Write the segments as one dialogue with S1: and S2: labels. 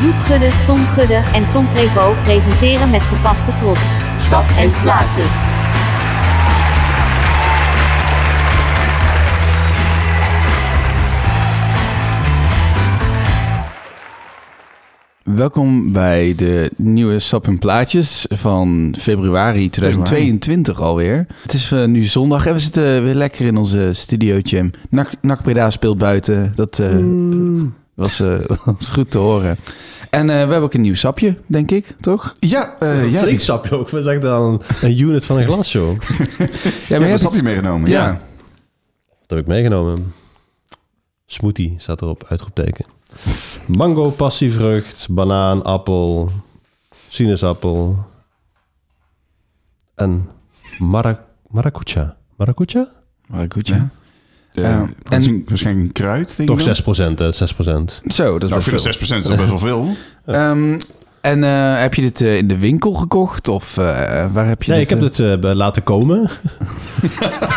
S1: Gudde, Tom Gudde en Tom Prevo presenteren met gepaste trots. Sap en plaatjes.
S2: Welkom bij de nieuwe Sap en Plaatjes van februari 2022 alweer. Het is eh, nu zondag en we zitten weer lekker in onze studiootje. Nak, Nak Breda speelt buiten, dat eh, was, eh, was goed te horen. En eh, we hebben ook een nieuw sapje, denk ik, toch?
S3: Ja, eh
S4: Ja,
S3: ja, die-
S4: flink sapje ook. We zeggen dan een unit van een glas, joh.
S2: Ja,
S3: ik
S2: maar
S3: heb
S2: je
S3: een
S2: hebt-
S3: sapje meegenomen. Ja.
S2: ja.
S4: Dat heb ik meegenomen. Smoothie staat erop, uitroepteken. Mango, passievrucht, banaan, appel, sinaasappel en mara maracuja. Maracuja?
S2: Maracuja.
S3: Eh,
S2: Ah, Ja.
S3: dat is
S2: En-
S3: een- waarschijnlijk een kruid, denk
S4: Toch
S3: ik. dan.
S4: 6%, hè? 6%.
S2: Zo, dat is
S3: Nou, ik vind
S2: best
S3: dat
S2: veel.
S3: 6% is al best wel veel.
S2: Ehm, en eh, heb je dit eh, in de winkel gekocht of eh, waar heb je
S4: Nee, ik
S2: dit?
S4: heb
S2: eh,
S4: het eh, bij- laten komen.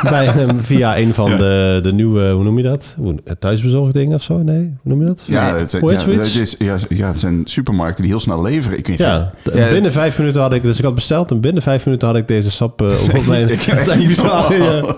S4: Bij, hem via een van de, de nieuwe, hoe noem je dat? Hoe- het Thuisbezorgd ding of zo? Nee, hoe noem je dat?
S3: Ja, het zijn,
S4: Hoe heet
S3: ja,
S4: zoiets?
S3: het is- ja, ja, het zijn supermarkten die heel snel leveren. Ik weet niet.
S4: Ja, d-
S2: Ja.
S4: binnen vijf minuten had ik, dus ik had besteld en binnen vijf minuten had ik deze sap eh, op mijn. Dat is echt bizar. ja.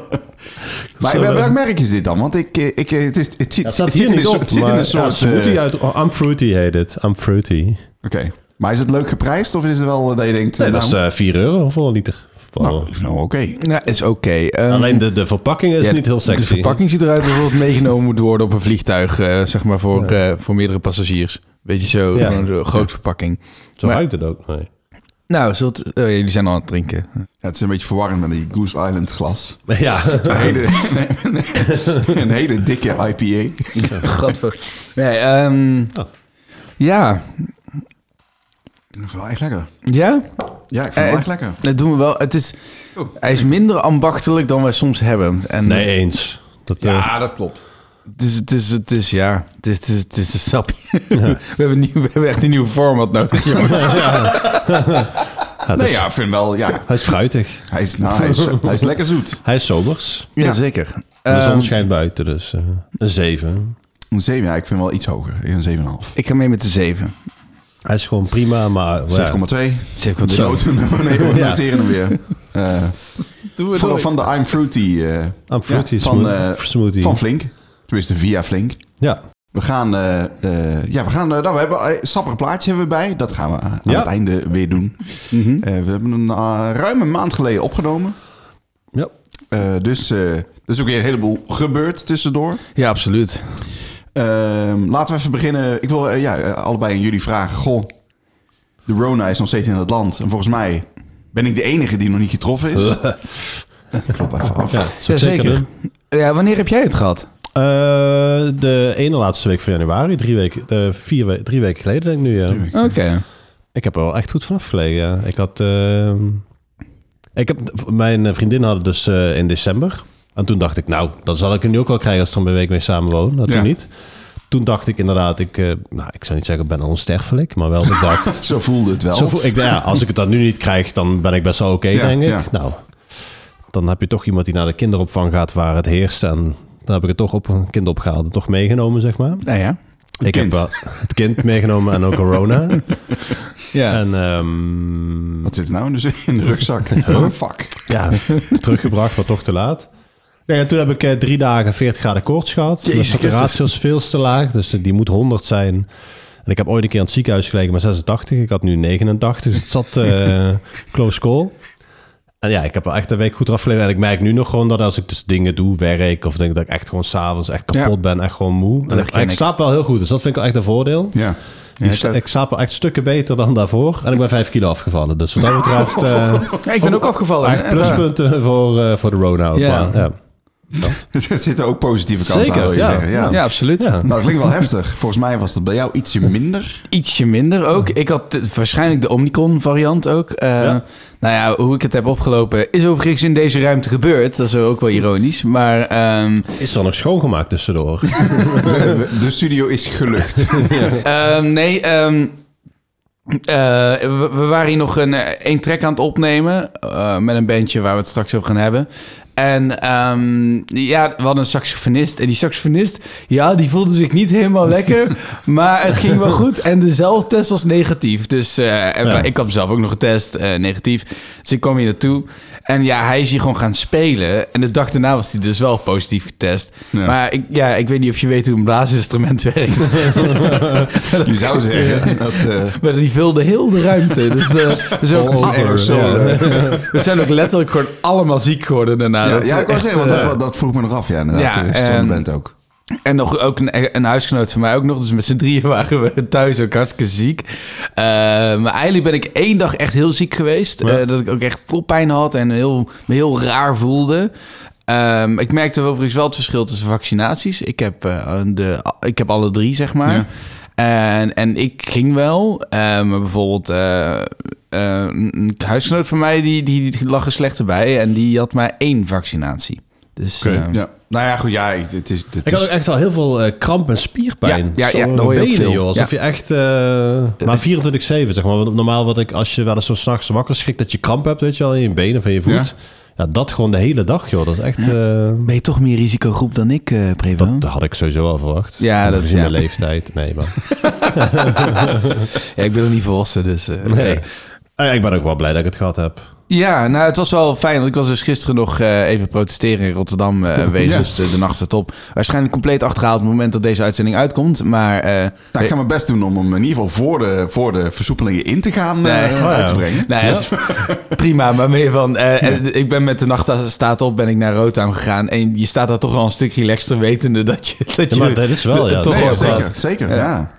S3: Maar
S4: Zo,
S3: wel-
S4: eh,
S3: welk merk is dit dan? Want ik, eh, ik, eh, het, is, het zit,
S4: Het staat
S3: het zit
S4: hier
S3: in, een
S4: niet
S3: soort-
S4: op,
S3: het zit in
S4: maar
S3: een
S4: ja,
S3: soort...
S4: smoothie
S3: eh,
S4: uit... oh, I'm fruity heet het. I'm fruity.
S3: Oké. Maar is het leuk geprijsd of is het wel dat je denkt...
S4: Nee, dat
S3: nou,
S4: is eh 4 euro voor een liter.
S3: nou, nou, oké.
S2: Ja, is oké. Ehm,
S4: Alleen de, de verpakking is
S2: ja, dus
S4: niet heel sexy.
S2: De verpakking ziet eruit alsof het meegenomen moet worden op een vliegtuig, eh, zeg maar voor, eh, voor meerdere passagiers. Weet je zo,
S4: Ja.
S2: gewoon zo'n groot verpakking.
S4: Zo
S2: Maar-
S4: ruikt het ook. Nee.
S2: Nou, zult, eh, jullie zijn al aan het drinken.
S3: Ja, het is een beetje verwarrend met die Goose Island glas.
S4: Maar Ja,
S3: Een hele, een hele dikke IPA.
S2: Gadver. Nee, ehm,
S4: Ja.
S2: ja.
S3: Dat is wel echt lekker.
S2: Ja,
S3: Ja, ik vind het
S2: Eh,
S3: wel echt lekker.
S2: dat doen we wel. Het is, hij is minder ambachtelijk dan wij soms hebben. En
S4: nee eens. Dat, eh,
S3: Ja, dat klopt.
S2: Het is, het is, het is, ja, het is, het is, het is een sapje. We, hebben nieuw, we hebben echt een nieuw format nodig, jongens.
S4: ja, dat
S3: Nee,
S4: is-
S3: ja, ik vind wel... Ja,
S4: Hij is fruitig.
S3: hij is, nou, hij is, hij is lekker zoet.
S4: Hij is sobers.
S2: Jazeker.
S4: En de
S2: Ehm,
S4: zon schijnt buiten, dus eh, een 7.
S3: Een 7, ja, ik vind wel iets hoger. Een 7,5.
S2: ik ga mee met de 7.
S4: Hij is gewoon prima, maar... eh,
S3: 7,2.
S2: 7 komt
S3: Zo, toen- nee, we
S4: Ja.
S3: noteren hem weer. Eh,
S2: Doen we
S3: van,
S2: nooit.
S3: van de I'm Fruity, eh,
S4: Aan fruity
S3: Ja, van,
S4: smoothie.
S3: eh,
S4: smoothie.
S3: van Flink. Tenminste, via Flink.
S4: ja.
S3: We gaan, eh, eh, ja, we gaan, eh, nou, we hebben eh, sappige plaatjes hebben we bij. Dat gaan we aan
S4: Ja. Mhm.
S3: het einde weer doen. Eh, we hebben een eh, ruim een maand geleden opgenomen.
S4: ja.
S3: Eh, dus eh, er is ook weer een heleboel gebeurd tussendoor.
S2: Ja, absoluut.
S3: Ehm, laten we even beginnen. Ik wil eh, ja, eh, allebei aan jullie vragen. Goh, de Rona is nog steeds in het land. En volgens mij ben ik de enige die nog niet getroffen is. Klopt even af.
S4: Ja,
S2: Ja, zeker. Ja, wanneer heb jij het gehad?
S4: Eh, de ene laatste week van januari, drie weken, eh, vier we- drie weken geleden denk ik nu. Ja.
S2: Oké.
S4: Ik heb er wel echt goed vanaf gelegen. Ja. Ik had, ehm, ik heb, mijn vriendin had het dus eh, in december. En toen dacht ik, nou, dan zal ik er nu ook wel krijgen als ik er een week mee samenwoon. Dat
S3: Ja.
S4: toen niet. Toen dacht ik inderdaad, ik, eh, nou, ik zou niet zeggen, ik ben onsterfelijk, maar wel bedacht.
S3: Zo voelde het wel.
S4: Zo voel- ik, ja, als ik het dan nu niet krijg, dan ben ik best wel oké,
S3: Ja,
S4: denk ik.
S3: ja.
S4: Nou, dan heb je toch iemand die naar de kinderopvang gaat waar het heerst. En dan heb ik het toch op een kind opgehaald en toch meegenomen, zeg maar.
S2: Nou ja.
S4: ik
S3: kind.
S4: heb wel het kind meegenomen en ook corona.
S2: Ja.
S4: En ehm,
S3: Wat zit er nou in de, in de rugzak? Oh, fuck.
S4: ja, teruggebracht, maar toch te laat. Nee, en toen heb ik eh, drie dagen 40 graden koorts gehad. Dus Mijn
S2: Jezus
S4: saturatie was veel te laag, dus die moet 100 zijn. En ik heb ooit een keer aan het ziekenhuis gelegen met 86. Ik had nu 89, dus het zat eh, close call. En ja, ik heb wel echt een week goed eraf gelegen. En ik merk nu nog gewoon dat als ik dus dingen doe, werk... of denk dat ik echt gewoon s'avonds echt kapot
S2: Ja.
S4: ben, echt gewoon moe. En ik,
S2: herken
S4: ik
S2: ik.
S4: slaap wel heel goed, dus dat vind ik wel echt een voordeel.
S3: Ja.
S4: Die
S2: ik
S4: sla-
S2: ook.
S4: ik slaap wel echt stukken beter dan daarvoor. En ik ben 5 kilo afgevallen, dus wat dat betreft... eh,
S2: Ja, ik ben ook afgevallen.
S4: Echt pluspunten voor, eh, voor de Rona ook
S2: Ja.
S4: maar, ja.
S3: Er zitten ook positieve kanten
S4: Zeker,
S3: aan, wil je
S4: ja.
S3: zeggen. Ja.
S2: Ja, absoluut.
S4: Ja.
S3: Nou, dat klinkt wel heftig. Volgens mij was dat bij jou ietsje minder.
S2: Ietsje minder ook. Ik had eh, waarschijnlijk de Omicron-variant ook. Eh,
S4: Ja.
S2: Nou ja, hoe ik het heb opgelopen is overigens in deze ruimte gebeurd. Dat is ook wel ironisch. Maar ehm,
S4: Is er nog schoongemaakt tussendoor?
S3: De, de studio is gelucht.
S2: Ehm, nee, ehm, eh, we, we waren hier nog een, eh, één track aan het opnemen. eh, met een bandje waar we het straks over gaan hebben. En ehm, ja, we hadden een saxofonist. En die saxofonist, ja, die voelde zich niet helemaal lekker. maar het ging wel goed. En de zelftest was negatief. Dus eh, en
S4: Ja.
S2: ik had zelf ook nog getest, eh, negatief. Dus ik kwam hier naartoe. En ja, hij is hier gewoon gaan spelen. En de dag daarna was hij dus wel positief getest.
S3: Ja.
S2: Maar ik, ja, ik weet niet of je weet hoe een blaasinstrument werkt.
S3: Je zou zeggen dat... eh,
S2: maar die vulde heel de ruimte. Dus, eh, dus ook
S3: Als een
S2: alle-
S3: aerosol,
S2: ja.
S3: eh.
S2: We zijn ook letterlijk gewoon allemaal ziek geworden daarna.
S3: Ja,
S2: Dat is
S3: ja, ik wou
S2: echt,
S3: zeggen, want
S2: eh,
S3: dat, dat vroeg me nog af. Ja, inderdaad. eh,
S2: Ja,
S3: Ja,
S2: en-
S3: bent ook.
S2: En nog ook een, een huisgenoot van mij ook nog. Dus met z'n drieën waren we thuis ook hartstikke ziek. Eh, maar eigenlijk ben ik één dag echt heel ziek geweest.
S4: Ja.
S2: Eh, dat ik ook echt koppijn had en heel, me heel raar voelde. Ehm, ik merkte overigens wel het verschil tussen vaccinaties. Ik heb, eh, de, ik heb alle drie, zeg maar.
S3: Ja.
S2: En, en ik ging wel. eh, maar bijvoorbeeld eh, eh, een huisgenoot van mij... Die, die, die lag er slechter bij. En die had maar één vaccinatie. Dus
S4: Oké.
S2: eh,
S3: Ja. Nou ja, goed. Ja, ik- het is... Het
S4: Ik had ook
S3: is
S4: echt al heel veel eh, kramp en spierpijn.
S2: Ja, ja, ja,
S4: Zo
S2: dat hoor je ook
S4: benen,
S2: veel.
S4: joh. Alsof
S2: Ja.
S4: je echt... eh, maar 24-7, zeg maar. Want normaal wat ik, als je wel eens zo s'nachts wakker schrikt dat je kramp hebt, weet je wel, in je benen van je voet. Ja. dat gewoon de hele dag, joh. Dat is echt... eh,
S2: ben je toch meer risicogroep dan ik, eh Prevo?
S4: dat had ik sowieso al verwacht.
S2: Ja, dat-
S4: is in mijn
S2: ja.
S4: leeftijd. Nee, maar...
S2: Ja, ik ben nog niet volwassen, dus... eh,
S4: Nee. Ah, ja, ik ben ook wel blij dat ik het gehad heb.
S2: Ja, nou, het was wel fijn. Want ik was dus gisteren nog eh, even protesteren in Rotterdam eh wegens
S3: Ja.
S2: dus de, de nacht erop. Waarschijnlijk compleet achterhaald op het moment dat deze uitzending uitkomt. Maar eh,
S3: nou, ik ga mijn best doen om hem in ieder geval voor de, voor de versoepelingen in te gaan
S2: Nee.
S3: eh,
S2: Oh, ja.
S3: uit te brengen.
S2: nou, ja, dat is prima. Maar meer van, eh, eh, ik ben met de nacht eh, staat op, ben ik naar Rotterdam gegaan. En je staat daar toch al een stuk relaxter wetende dat je... Dat
S4: Ja,
S2: je
S4: maar dat is wel, ja.
S2: Toch
S3: Nee,
S2: wel
S3: ja,
S4: wat
S3: zeker,
S2: gaat.
S3: zeker, ja.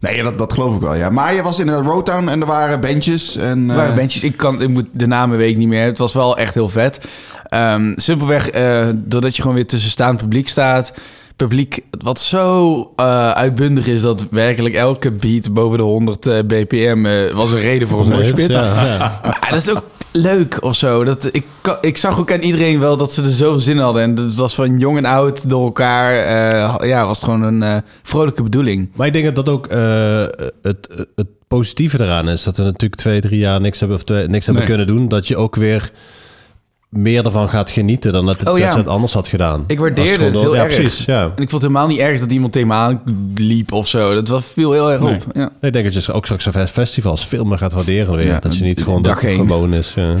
S3: Nee, dat, dat geloof ik wel, ja. Maar je was inderdaad Roadtown en er waren bandjes. En, eh,
S2: Er waren bandjes. Ik, kan, ik moet de namen weet ik niet meer. Het was wel echt heel vet. Ehm, simpelweg eh, doordat je gewoon weer tussen staand publiek staat. Publiek wat zo eh, uitbundig is dat werkelijk elke beat boven de 100 eh, bpm eh, was een reden voor een moshpit.
S4: Ja, ja.
S2: Maar dat is ook leuk of zo. Dat, ik, kan- ik zag ook aan iedereen wel dat ze er zoveel zin in hadden. En dat was van jong en oud door elkaar. eh, ja, was het gewoon een eh, vrolijke bedoeling.
S4: Maar ik denk dat dat ook eh, het, het positieve eraan is. Dat we natuurlijk twee, drie jaar niks hebben, of twee, niks hebben
S3: Nee.
S4: kunnen doen. Dat je ook weer meer ervan gaat genieten dan dat, het,
S2: Oh, ja.
S4: dat je het anders had gedaan.
S2: Ik waardeerde
S4: Als gewoon
S2: het dus
S4: door-
S2: heel
S4: ja,
S2: erg.
S4: precies. Ja.
S2: En ik vond het helemaal niet erg dat iemand tegen me aanliep of zo. Dat was- viel heel erg op.
S3: Nee.
S2: Ja.
S4: Ik denk dat je ook straks op festivals veel meer gaat waarderen weer.
S2: Ja,
S4: dat je niet gewoon
S2: dag
S4: dat het
S2: één.
S4: gewoon is. ja.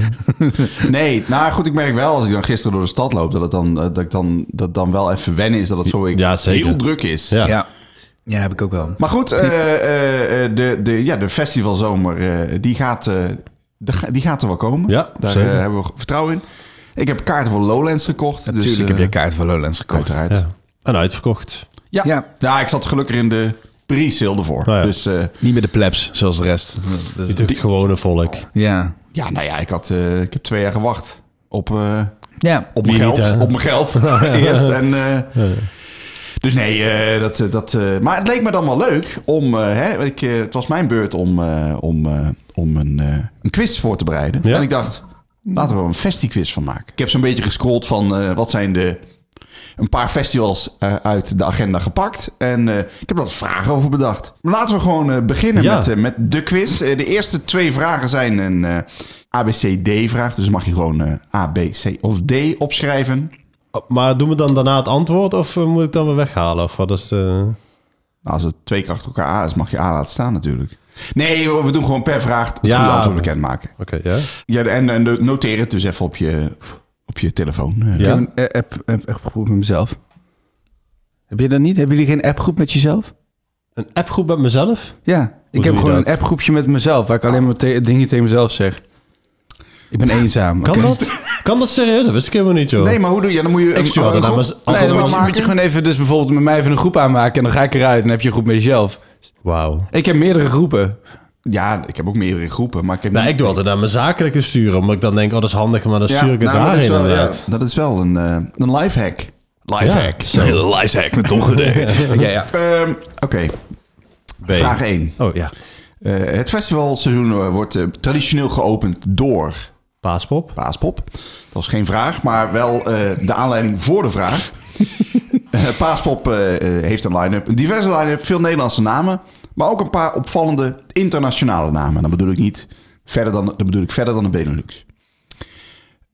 S3: Nee, nou goed, ik merk wel als ik dan gisteren door de stad loop... dat het dan, eh, dat ik dan, dat dan wel even wennen is dat het zo
S4: Ja, zeker.
S3: heel druk is.
S4: Ja.
S2: Ja. ja, heb ik ook wel.
S3: Maar goed, eh, eh, eh, de, de, ja, de festivalzomer, eh, die, gaat, eh, de ga- die gaat er wel komen.
S4: Ja,
S3: Daar
S4: zeker.
S3: eh, hebben we vertrouwen in. Ik heb kaarten voor Lowlands gekocht.
S2: Natuurlijk
S3: dus,
S2: heb
S3: eh,
S2: je kaart voor Lowlands gekocht.
S3: Uiteraard.
S4: Ja. En uitverkocht.
S3: Ja.
S2: Ja.
S3: Ja. ik zat gelukkig in de pre-sale ervoor.
S4: ja.
S3: Dus eh,
S2: Niet met de plebs, zoals de rest. Dat is-
S4: Het gewone volk.
S2: ja.
S3: ja, nou ja, ik, had, eh, ik heb twee jaar gewacht op, eh,
S2: Ja.
S3: op mijn
S4: Wie
S3: geld.
S4: niet, hè?
S3: op mijn geld eerst. En, eh, Dus nee, eh, dat... eh, dat eh, maar het leek me dan wel leuk om... eh, hè, ik, eh, het was mijn beurt om, eh, om, eh, om een, eh, een quiz voor te bereiden.
S4: Ja.
S3: En ik dacht, laten we er een festiquiz van maken. Ik heb zo'n beetje gescrolld van eh, wat zijn de... Een paar festivals eh, uit de agenda gepakt. En eh, ik heb daar wat vragen over bedacht. Maar laten we gewoon eh, beginnen
S4: Ja.
S3: met, eh, met de quiz. Eh, de eerste twee vragen zijn een eh ABCD-vraag. Dus mag je gewoon eh, A, B, C of D opschrijven.
S4: Maar doen we dan daarna het antwoord of eh, moet ik dan weer weghalen? Of wat is de...
S3: Nou, als het twee keer achter elkaar A is, mag je A laten staan natuurlijk. Nee, we doen gewoon per vraag het
S4: Ja.
S3: goede antwoord bekendmaken.
S4: Oké, ja.
S3: Ja, en, en noteer het dus even op je, op je telefoon. Eh,
S4: Ja.
S2: Ik heb een app, app, appgroep met mezelf. Heb je dat niet? Hebben jullie geen appgroep met jezelf?
S4: Een appgroep met mezelf?
S2: Ja. Ik
S4: doe
S2: heb
S4: je
S2: gewoon
S4: dat?
S2: een appgroepje met mezelf, waar ik alleen maar te- dingen tegen mezelf zeg. Ik ben eenzaam.
S4: Kan
S2: oké?
S4: dat? Kan dat serieus? Dat wist ik helemaal niet, joh.
S3: Nee, maar hoe doe je? Dan moet je
S4: Ik stuur
S3: een,
S4: altijd aan
S3: groep-
S4: mijn- altijd
S2: Nee, dan moet je,
S3: maken.
S2: moet je gewoon even dus bijvoorbeeld met mij even een groep aanmaken en dan ga ik eruit en dan heb je een groep met jezelf.
S4: Wauw.
S2: Ik heb meerdere groepen.
S3: Ja, ik heb ook meerdere groepen, maar ik heb
S4: Nou,
S3: niet-
S4: ik doe altijd naar mijn zakelijke sturen, omdat ik dan denk, oh, dat is handig, maar dan
S3: Ja,
S4: stuur ik het
S3: nou, dat is
S4: daarin
S3: wel-
S4: inderdaad.
S3: ja, dat is wel een, eh een lifehack.
S4: Lifehack.
S3: Een hele lifehack met ongedeerd.
S2: Ja, ja.
S3: Ehm Oké,
S4: B.
S3: vraag 1.
S4: Oh ja,
S3: het festivalseizoen eh, wordt eh, traditioneel geopend door
S4: paaspop.
S3: Paaspop. Dat was geen vraag, maar wel eh, de aanleiding voor de vraag. Eh, Paaspop eh, eh, heeft een line-up, een diverse line-up, veel Nederlandse namen, maar ook een paar opvallende internationale namen. Dan bedoel ik niet verder dan, dan bedoel ik verder dan de Benelux.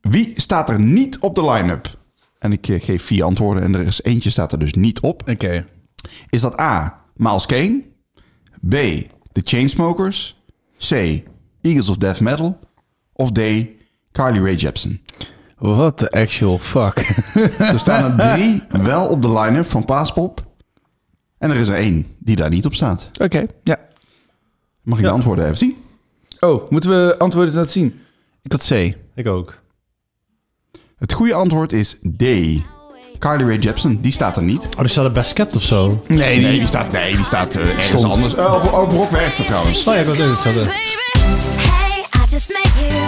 S3: Wie staat er niet op de line-up? En ik eh, geef vier antwoorden en er is eentje staat er dus niet op.
S2: Oké.
S3: Is dat A. Miles Kane? B. The Chainsmokers? C. Eagles of Death Metal? Of D. Carly Rae Jepsen?
S2: What the actual fuck?
S3: Er staan er drie wel op de line-up van Paaspop. En er is er één die daar niet op staat.
S2: Oké, ja.
S3: Mag ik de antwoorden even zien?
S2: Oh, moeten we antwoorden laten zien? Ik had C.
S4: Ik ook.
S3: Het goede antwoord is D. Carly Rae Jepsen, die staat er niet.
S4: Oh, er staat een basket of zo. Oh
S2: Nee,
S3: Nee, die staat, nee, die staat eh, ergens
S4: Stond.
S3: anders. Oh, op, op Rock Werchter trouwens.
S4: ja, ik was ook hetzelfde.
S5: Hey, I just met you,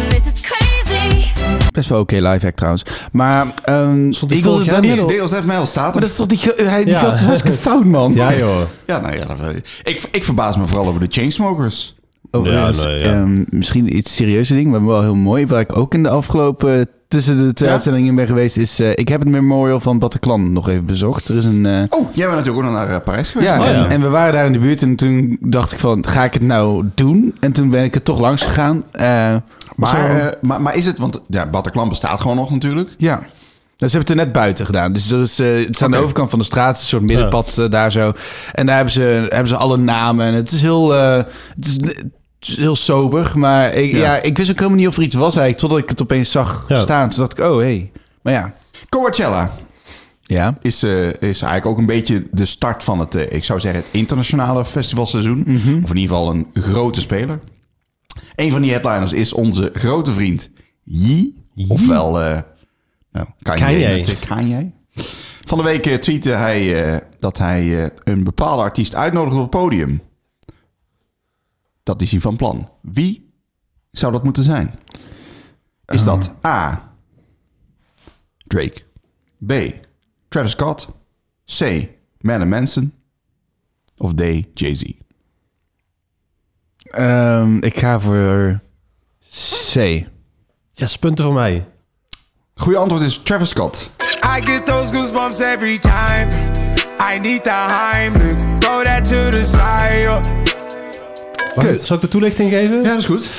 S5: and this is crazy.
S2: Best wel oké live act trouwens. Maar ehm
S4: Stond die
S2: Eagles
S4: vorig
S2: of
S4: jaar
S2: Death
S3: Nee,
S2: Metal-
S3: Deels Death Metal staat
S2: Maar
S3: er.
S2: dat is toch die, ge- hij, die
S4: Ja.
S2: gast is hartstikke fout, man.
S4: Ja, joh.
S3: Ja, nou ja. dat, eh, ik, ik verbaas me vooral over de Chainsmokers.
S2: Oh,
S4: Ja,
S2: dat is,
S4: nee, ja.
S2: ehm, misschien iets serieuzer ding, maar wel heel mooi. Waar ik ook in de afgelopen eh, tussen de twee
S3: Ja?
S2: uitzendingen ben geweest, is eh, ik heb het memorial van Bataclan nog even bezocht. Er is een. eh,
S3: Oh, jij bent natuurlijk ook nog naar eh, Parijs geweest.
S2: ja,
S4: oh,
S2: en,
S4: ja.
S2: en we waren daar in de buurt en toen dacht ik van, ga ik het nou doen? En toen ben ik er toch langs gegaan. eh,
S3: Maar,
S2: zo-
S3: eh, maar, maar is het, want ja, Bataclan bestaat gewoon nog natuurlijk.
S2: ja. Nou, ze hebben het er net buiten gedaan. Dus er is, eh, het is aan de
S3: Oké.
S2: overkant van de straat, een soort middenpad eh, daar zo. En daar hebben ze, hebben ze alle namen. En het is heel, eh, het is, het is heel sober. Maar ik, ja.
S3: Ja.
S2: ik wist ook helemaal niet of er iets was eigenlijk. Totdat ik het opeens zag
S4: Ja.
S2: staan. Toen dacht ik, oh hé. Hey. Maar ja.
S3: Coachella
S2: Ja.
S3: is, eh, is eigenlijk ook een beetje de start van het, eh, ik zou zeggen, het internationale festivalseizoen. Of in ieder geval een grote speler. Een van die headliners is onze grote vriend Yee. Ofwel, eh nou, Kanye.
S4: Kanye.
S3: natuurlijk, Kanye. Van de week eh, tweette hij eh, dat hij eh, een bepaalde artiest uitnodigt op het podium. Dat is hij van plan. Wie zou dat moeten zijn? Is dat A. Drake. B. Travis Scott. C. Marilyn Manson. Of D. Jay-Z.
S2: Ehm, ik ga voor C.
S4: Yes, punten voor mij.
S3: Goede antwoord is Travis Scott.
S6: I get those goosebumps every time. I need the Heimlich. Throw that to the side. yo.
S4: Mag ik- Zal ik de toelichting geven?
S3: Ja, dat is goed.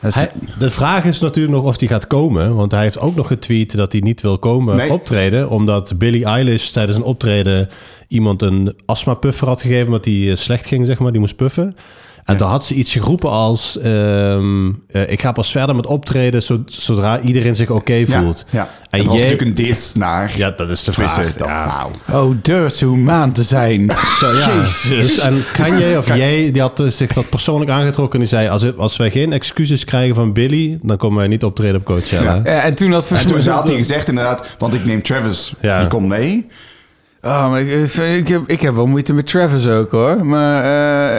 S2: Dat is-
S4: Hij- de vraag is natuurlijk nog of hij gaat komen. Want hij heeft ook nog getweet dat hij niet wil komen
S3: Nee.
S4: optreden. Omdat Billie Eilish tijdens een optreden iemand een astmapuffer had gegeven. Omdat die eh, slecht ging, zeg maar. Die moest puffen. En toen had ze iets geroepen als... ehm, eh, ik ga pas verder met optreden zo- zodra iedereen zich oké
S3: Ja,
S4: voelt.
S3: ja. En
S4: En
S3: dat was
S4: jij...
S3: natuurlijk een dis naar...
S4: Ja, dat is de
S3: Tenminste,
S4: vraag.
S3: dan,
S4: ja.
S3: nou.
S2: Oh, durf zo humaan te zijn.
S4: Zo, ja. Dus, en Kanye of jij, die had eh, zich dat persoonlijk aangetrokken. En die zei, als, het- als wij geen excuses krijgen van Billy... dan komen wij niet optreden op Coachella.
S3: Ja.
S2: Ja, Eh, en toen had
S3: En toen
S2: volgens mij-
S3: had hij gezegd inderdaad, want ik neem Travis,
S4: Ja.
S3: die komt mee.
S2: Oh, maar ik, ik, heb, ik heb wel moeite met Travis ook hoor. Maar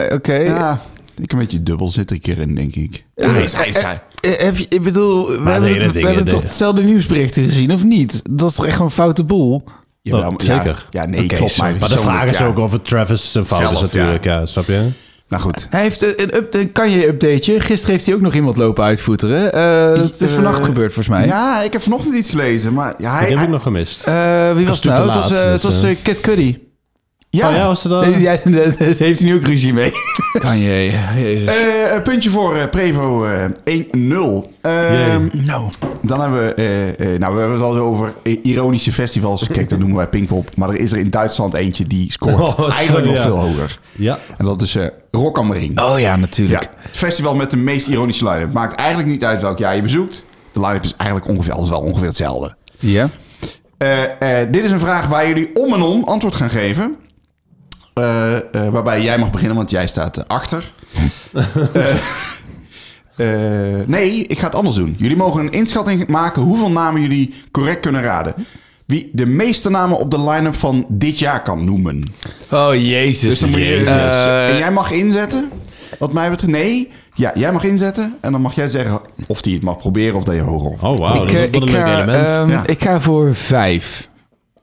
S2: eh, oké.
S3: Ja, ik een beetje dubbel zit ik erin, denk ik. Ja, hij is, hij is-
S4: Oh,
S3: hij-
S2: Eh, Heb je, ik bedoel, we hebben,
S4: nee, dat
S2: we
S4: ding-
S2: hebben
S4: dat-
S2: toch hetzelfde nieuwsberichten gezien, of niet? Dat is toch echt gewoon een foute boel?
S3: Jawel,
S4: Oh,
S3: maar-
S4: zeker.
S3: Ja, ja, nee,
S4: Oké,
S3: klopt.
S4: sorry.
S3: Maar,
S4: Maar de vraag
S3: persoonlijk,
S4: is
S3: ja.
S4: ook of het Travis zijn fout
S3: Zelf,
S4: is natuurlijk. Ja. snap je?
S3: Nou goed.
S2: Hij heeft eh, een, een, up, een Kanye-updateje. Gisteren heeft hij ook nog iemand lopen uitvoeteren. Eh dat is
S3: Eh,
S2: vannacht gebeurd, volgens mij.
S3: Ja, ik heb vanochtend iets gelezen, maar ja,
S4: Ik
S3: hij...
S4: heb
S3: hij-
S4: ik nog gemist.
S2: Eh, wie was het
S4: toen
S2: nou?
S4: te
S2: Het was,
S4: laat,
S2: eh, het
S4: dus,
S2: was
S4: eh.
S2: eh, Kid Cudi.
S3: Ah. ja.
S4: Oh ja, was er dan?
S2: Eh, ja, daar heeft hij nu ook ruzie mee. Kanye, jezus.
S3: Eh, een puntje voor eh, Prevo eh, 1-0. Ehm,
S2: nou.
S3: dan hebben we... eh, eh, nou, we hebben het al over eh, ironische festivals. Kijk, dat noemen wij Pinkpop. Maar er is er in Duitsland eentje die scoort
S4: Oh, sorry,
S3: eigenlijk nog
S4: ja.
S3: veel hoger.
S4: Ja.
S3: En dat is eh Rock am Ring.
S2: Oh ja, natuurlijk.
S3: Ja, het festival met de meest ironische line-up. Maakt eigenlijk niet uit welk jaar je bezoekt. De line-up is eigenlijk ongeveer, altijd wel ongeveer hetzelfde.
S2: Ja.
S3: Eh, eh, dit is een vraag waar jullie om en om antwoord gaan geven. Eh, eh, waarbij jij mag beginnen, want jij staat eh, achter. Eh, eh, nee, ik ga het anders doen. Jullie mogen een inschatting maken hoeveel namen jullie correct kunnen raden. Wie de meeste namen op de line-up van dit jaar kan noemen.
S2: Oh, jezus.
S3: Dus dan moet je, eh,
S4: Jezus.
S3: en
S2: Eh,
S3: jij mag inzetten, wat mij betreft. Nee, ja, jij mag inzetten. En dan mag jij zeggen of die het mag proberen of dat je hoger of...
S4: Oh, wauw.
S2: ik,
S4: dat is
S2: eh, ik
S4: wel een leuk
S2: ga,
S4: element.
S2: ehm,
S3: Ja.
S2: ik ga voor vijf.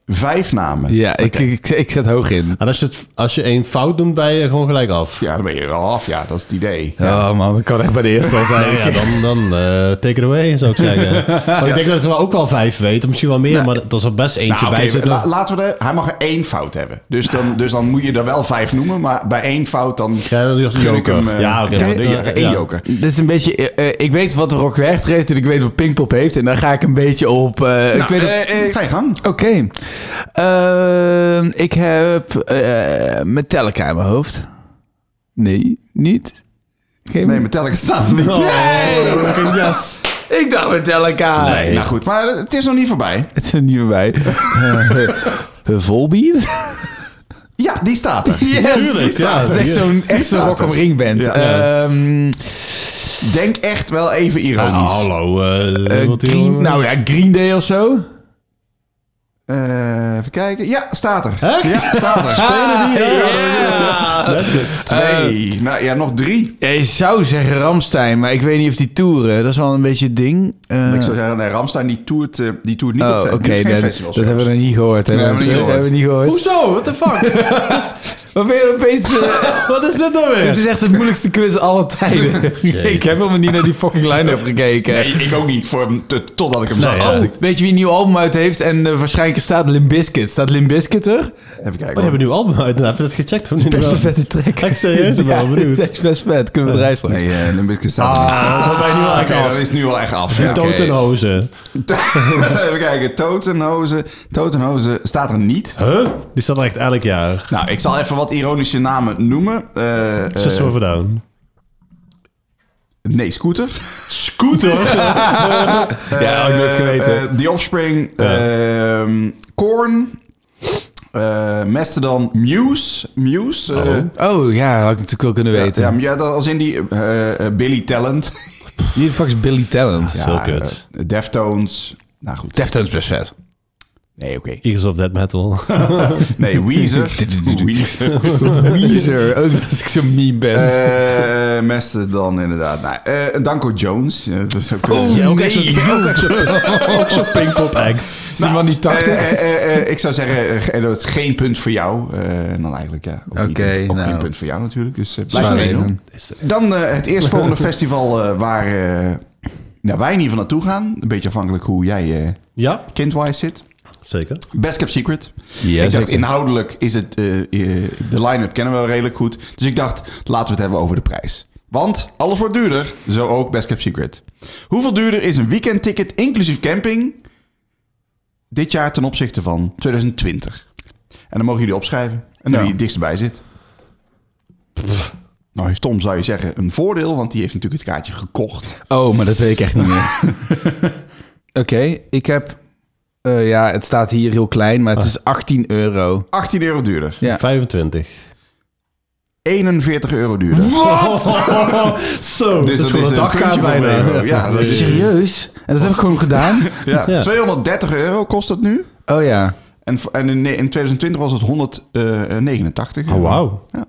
S3: Vijf namen.
S2: Ja, ik, ik, ik zet hoog in.
S4: En als je, het, als je één fout doet, ben je gewoon gelijk af.
S3: Ja, dan ben je al af. Ja, dat is het idee.
S2: Oh man, dat kan echt bij de eerste al zijn.
S4: Nou ja, dan, dan eh, take it away, zou ik zeggen. Maar ik denk dat ik er ook wel vijf weet, of misschien wel meer, maar er zal best eentje
S3: Nou, oké,
S4: bij dus- zitten.
S3: la- laten we er, hij mag er één fout hebben. Dus dan, dus dan moet je er wel vijf noemen. Maar bij één fout dan
S4: Ja, dat is een
S3: gun ik
S4: joker.
S3: hem, eh,
S4: Ja, oké,
S3: dan
S4: maar-
S3: doe je er één
S4: ja.
S3: joker.
S2: Dit is een beetje... eh, eh, ik weet wat Rock Werchter heeft en ik weet wat Pinkpop heeft. En daar ga ik een beetje op... eh, ik
S3: Nou,
S2: weet het-
S3: eh, eh, ga je gang.
S2: Oké. Ehm, ik heb eh Metallica in mijn hoofd. Nee, niet. Geen
S3: Nee, Metallica staat er niet.
S4: Oh,
S2: Nee! Yes. Ik dacht Metallica.
S3: Nee, nou goed. Maar het is nog niet voorbij.
S2: Het is er niet bij. Uh, Volbeat?
S3: Ja, die staat er.
S2: Yes!
S4: Tuurlijk, ja.
S2: Het is echt zo'n echt zo'n
S3: staat
S2: rock
S3: er.
S2: om ring band.
S3: Ja.
S2: Ehm,
S3: Denk echt wel even
S4: Ah,
S3: ironisch.
S4: hallo. eh,
S2: eh,
S4: wat hier-
S2: Green, nou ja, Green Day of zo.
S3: Eh, even kijken. Ja, staat er.
S4: Echt?
S3: Ja, staat er. Spelen die?
S2: Ja.
S3: Twee. nou ja, nog drie.
S2: Je zou zeggen Ramstein, maar ik weet niet of die toeren. Dat is wel een beetje het ding. Eh,
S3: ik zou zeggen, nee, Ramstein die toert, eh, die toert niet
S2: Oh,
S3: op
S2: oké.
S3: fe- die doet geen
S2: nee, dat
S3: festivals.
S2: hebben we
S3: zelfs.
S2: nog niet gehoord. Hè,
S3: Nee, hebben we
S2: mensen?
S3: niet gehoord.
S4: Hoezo? What the fuck?
S2: Wat ben je opeens... eh,
S4: wat is dit nou
S2: dit
S4: weer?
S2: is echt het moeilijkste quiz aller tijden. ik heb helemaal niet naar die fucking line-up gekeken.
S3: Nee, ik ook niet, voor, tot- totdat ik hem
S4: Nou,
S3: zag.
S4: ja.
S2: Oh, weet je wie een nieuw album uit heeft? En eh, waarschijnlijk staat Limp Bizkit. Staat Limp Bizkit er?
S3: Even kijken.
S4: We
S3: hoor.
S4: hebben nu album uit. Nou, Heb je dat gecheckt? Of niet?
S2: Best een vette track.
S4: Echt serieus? Ik ben wel benieuwd.
S2: Dat is best vet. Kunnen we het rijst
S3: Nee, eh, Limp Bizkit staat er niet.
S4: Ah, dat ben je nu wel
S3: Oké,
S4: echt af.
S3: dat is nu al echt af. Ja, oké.
S4: Totenhozen.
S3: Even kijken, Totenhozen. Totenhozen staat er niet.
S4: Huh? Eh. Die staat er echt elk jaar.
S3: Nou, ik zal even wat ironische namen noemen. Eh, eh,
S4: System of a Down.
S3: nee, Scooter.
S4: Scooter?
S3: ja,
S4: had ik nooit geweten.
S3: Eh, The Offspring. ehm, Korn. eh Mastodon. Muse. Muse. eh,
S2: Oh ja, had ik natuurlijk wel kunnen weten.
S3: ja, maar ja, dat- als in die eh, eh, Billy Talent.
S2: Wie de fuck is Billy Talent?
S4: is wel kut.
S3: eh, Deftones. Nou goed.
S2: Deftones best vet.
S3: nee, oké.
S4: Eagles of Dead Metal.
S3: Nee, Weezer. Weezer.
S2: Weezer. Ook dat ik zo'n meme ben.
S3: Eh Mastodon, inderdaad. Nou, eh, Danko Jones. Ja, dat is
S2: Oh,
S3: ook, eh,
S4: ook echt zo'n- ook zo'n- ook zo'n Pinkpop act.
S2: is die man niet 80?
S3: Eh, eh, eh, eh, ik zou zeggen, eh, ge- dat is geen punt voor jou. Eh, en dan eigenlijk, ja. Ook, niet.
S2: Oké,
S3: ook
S2: nou.
S3: geen punt voor jou natuurlijk. Dus eh, blijf
S2: Sorry,
S3: er één op.
S2: man.
S3: Dan eh, het eerstvolgende festival eh, waar eh, nou, wij in ieder geval naartoe gaan. Een beetje afhankelijk hoe jij eh
S4: Ja,
S3: kindwise zit.
S4: zeker.
S3: Best Kept Secret.
S2: Ja,
S3: ik dacht,
S2: zeker.
S3: inhoudelijk is het... eh, eh, de line-up kennen we wel redelijk goed. Dus ik dacht, laten we het hebben over de prijs. Want alles wordt duurder. Zo ook Best Kept Secret. Hoeveel duurder is een weekendticket inclusief camping... dit jaar ten opzichte van 2020? En dan mogen jullie opschrijven. En dan
S2: Ja.
S3: wie het dichtst bij zit. Nou, stom zou je zeggen een voordeel, want die heeft natuurlijk het kaartje gekocht.
S2: Oh, maar dat weet ik echt niet meer. Oké, ik heb... eh, ja, het staat hier heel klein, maar het is 18 euro.
S3: 18 euro duurder.
S2: Ja.
S4: 25.
S3: 41 euro duurder.
S4: Zo,
S3: Dus dat is een puntje van euro. Ja,
S2: Eh.
S3: dat is-
S2: Serieus? En dat heb ik gewoon gedaan?
S3: Ja,
S4: Ja.
S3: 230 euro kost het nu.
S2: Oh ja.
S3: En, v- en in, ne- in 2020 was het 189 euro.
S4: Oh, wauw.
S3: Ja.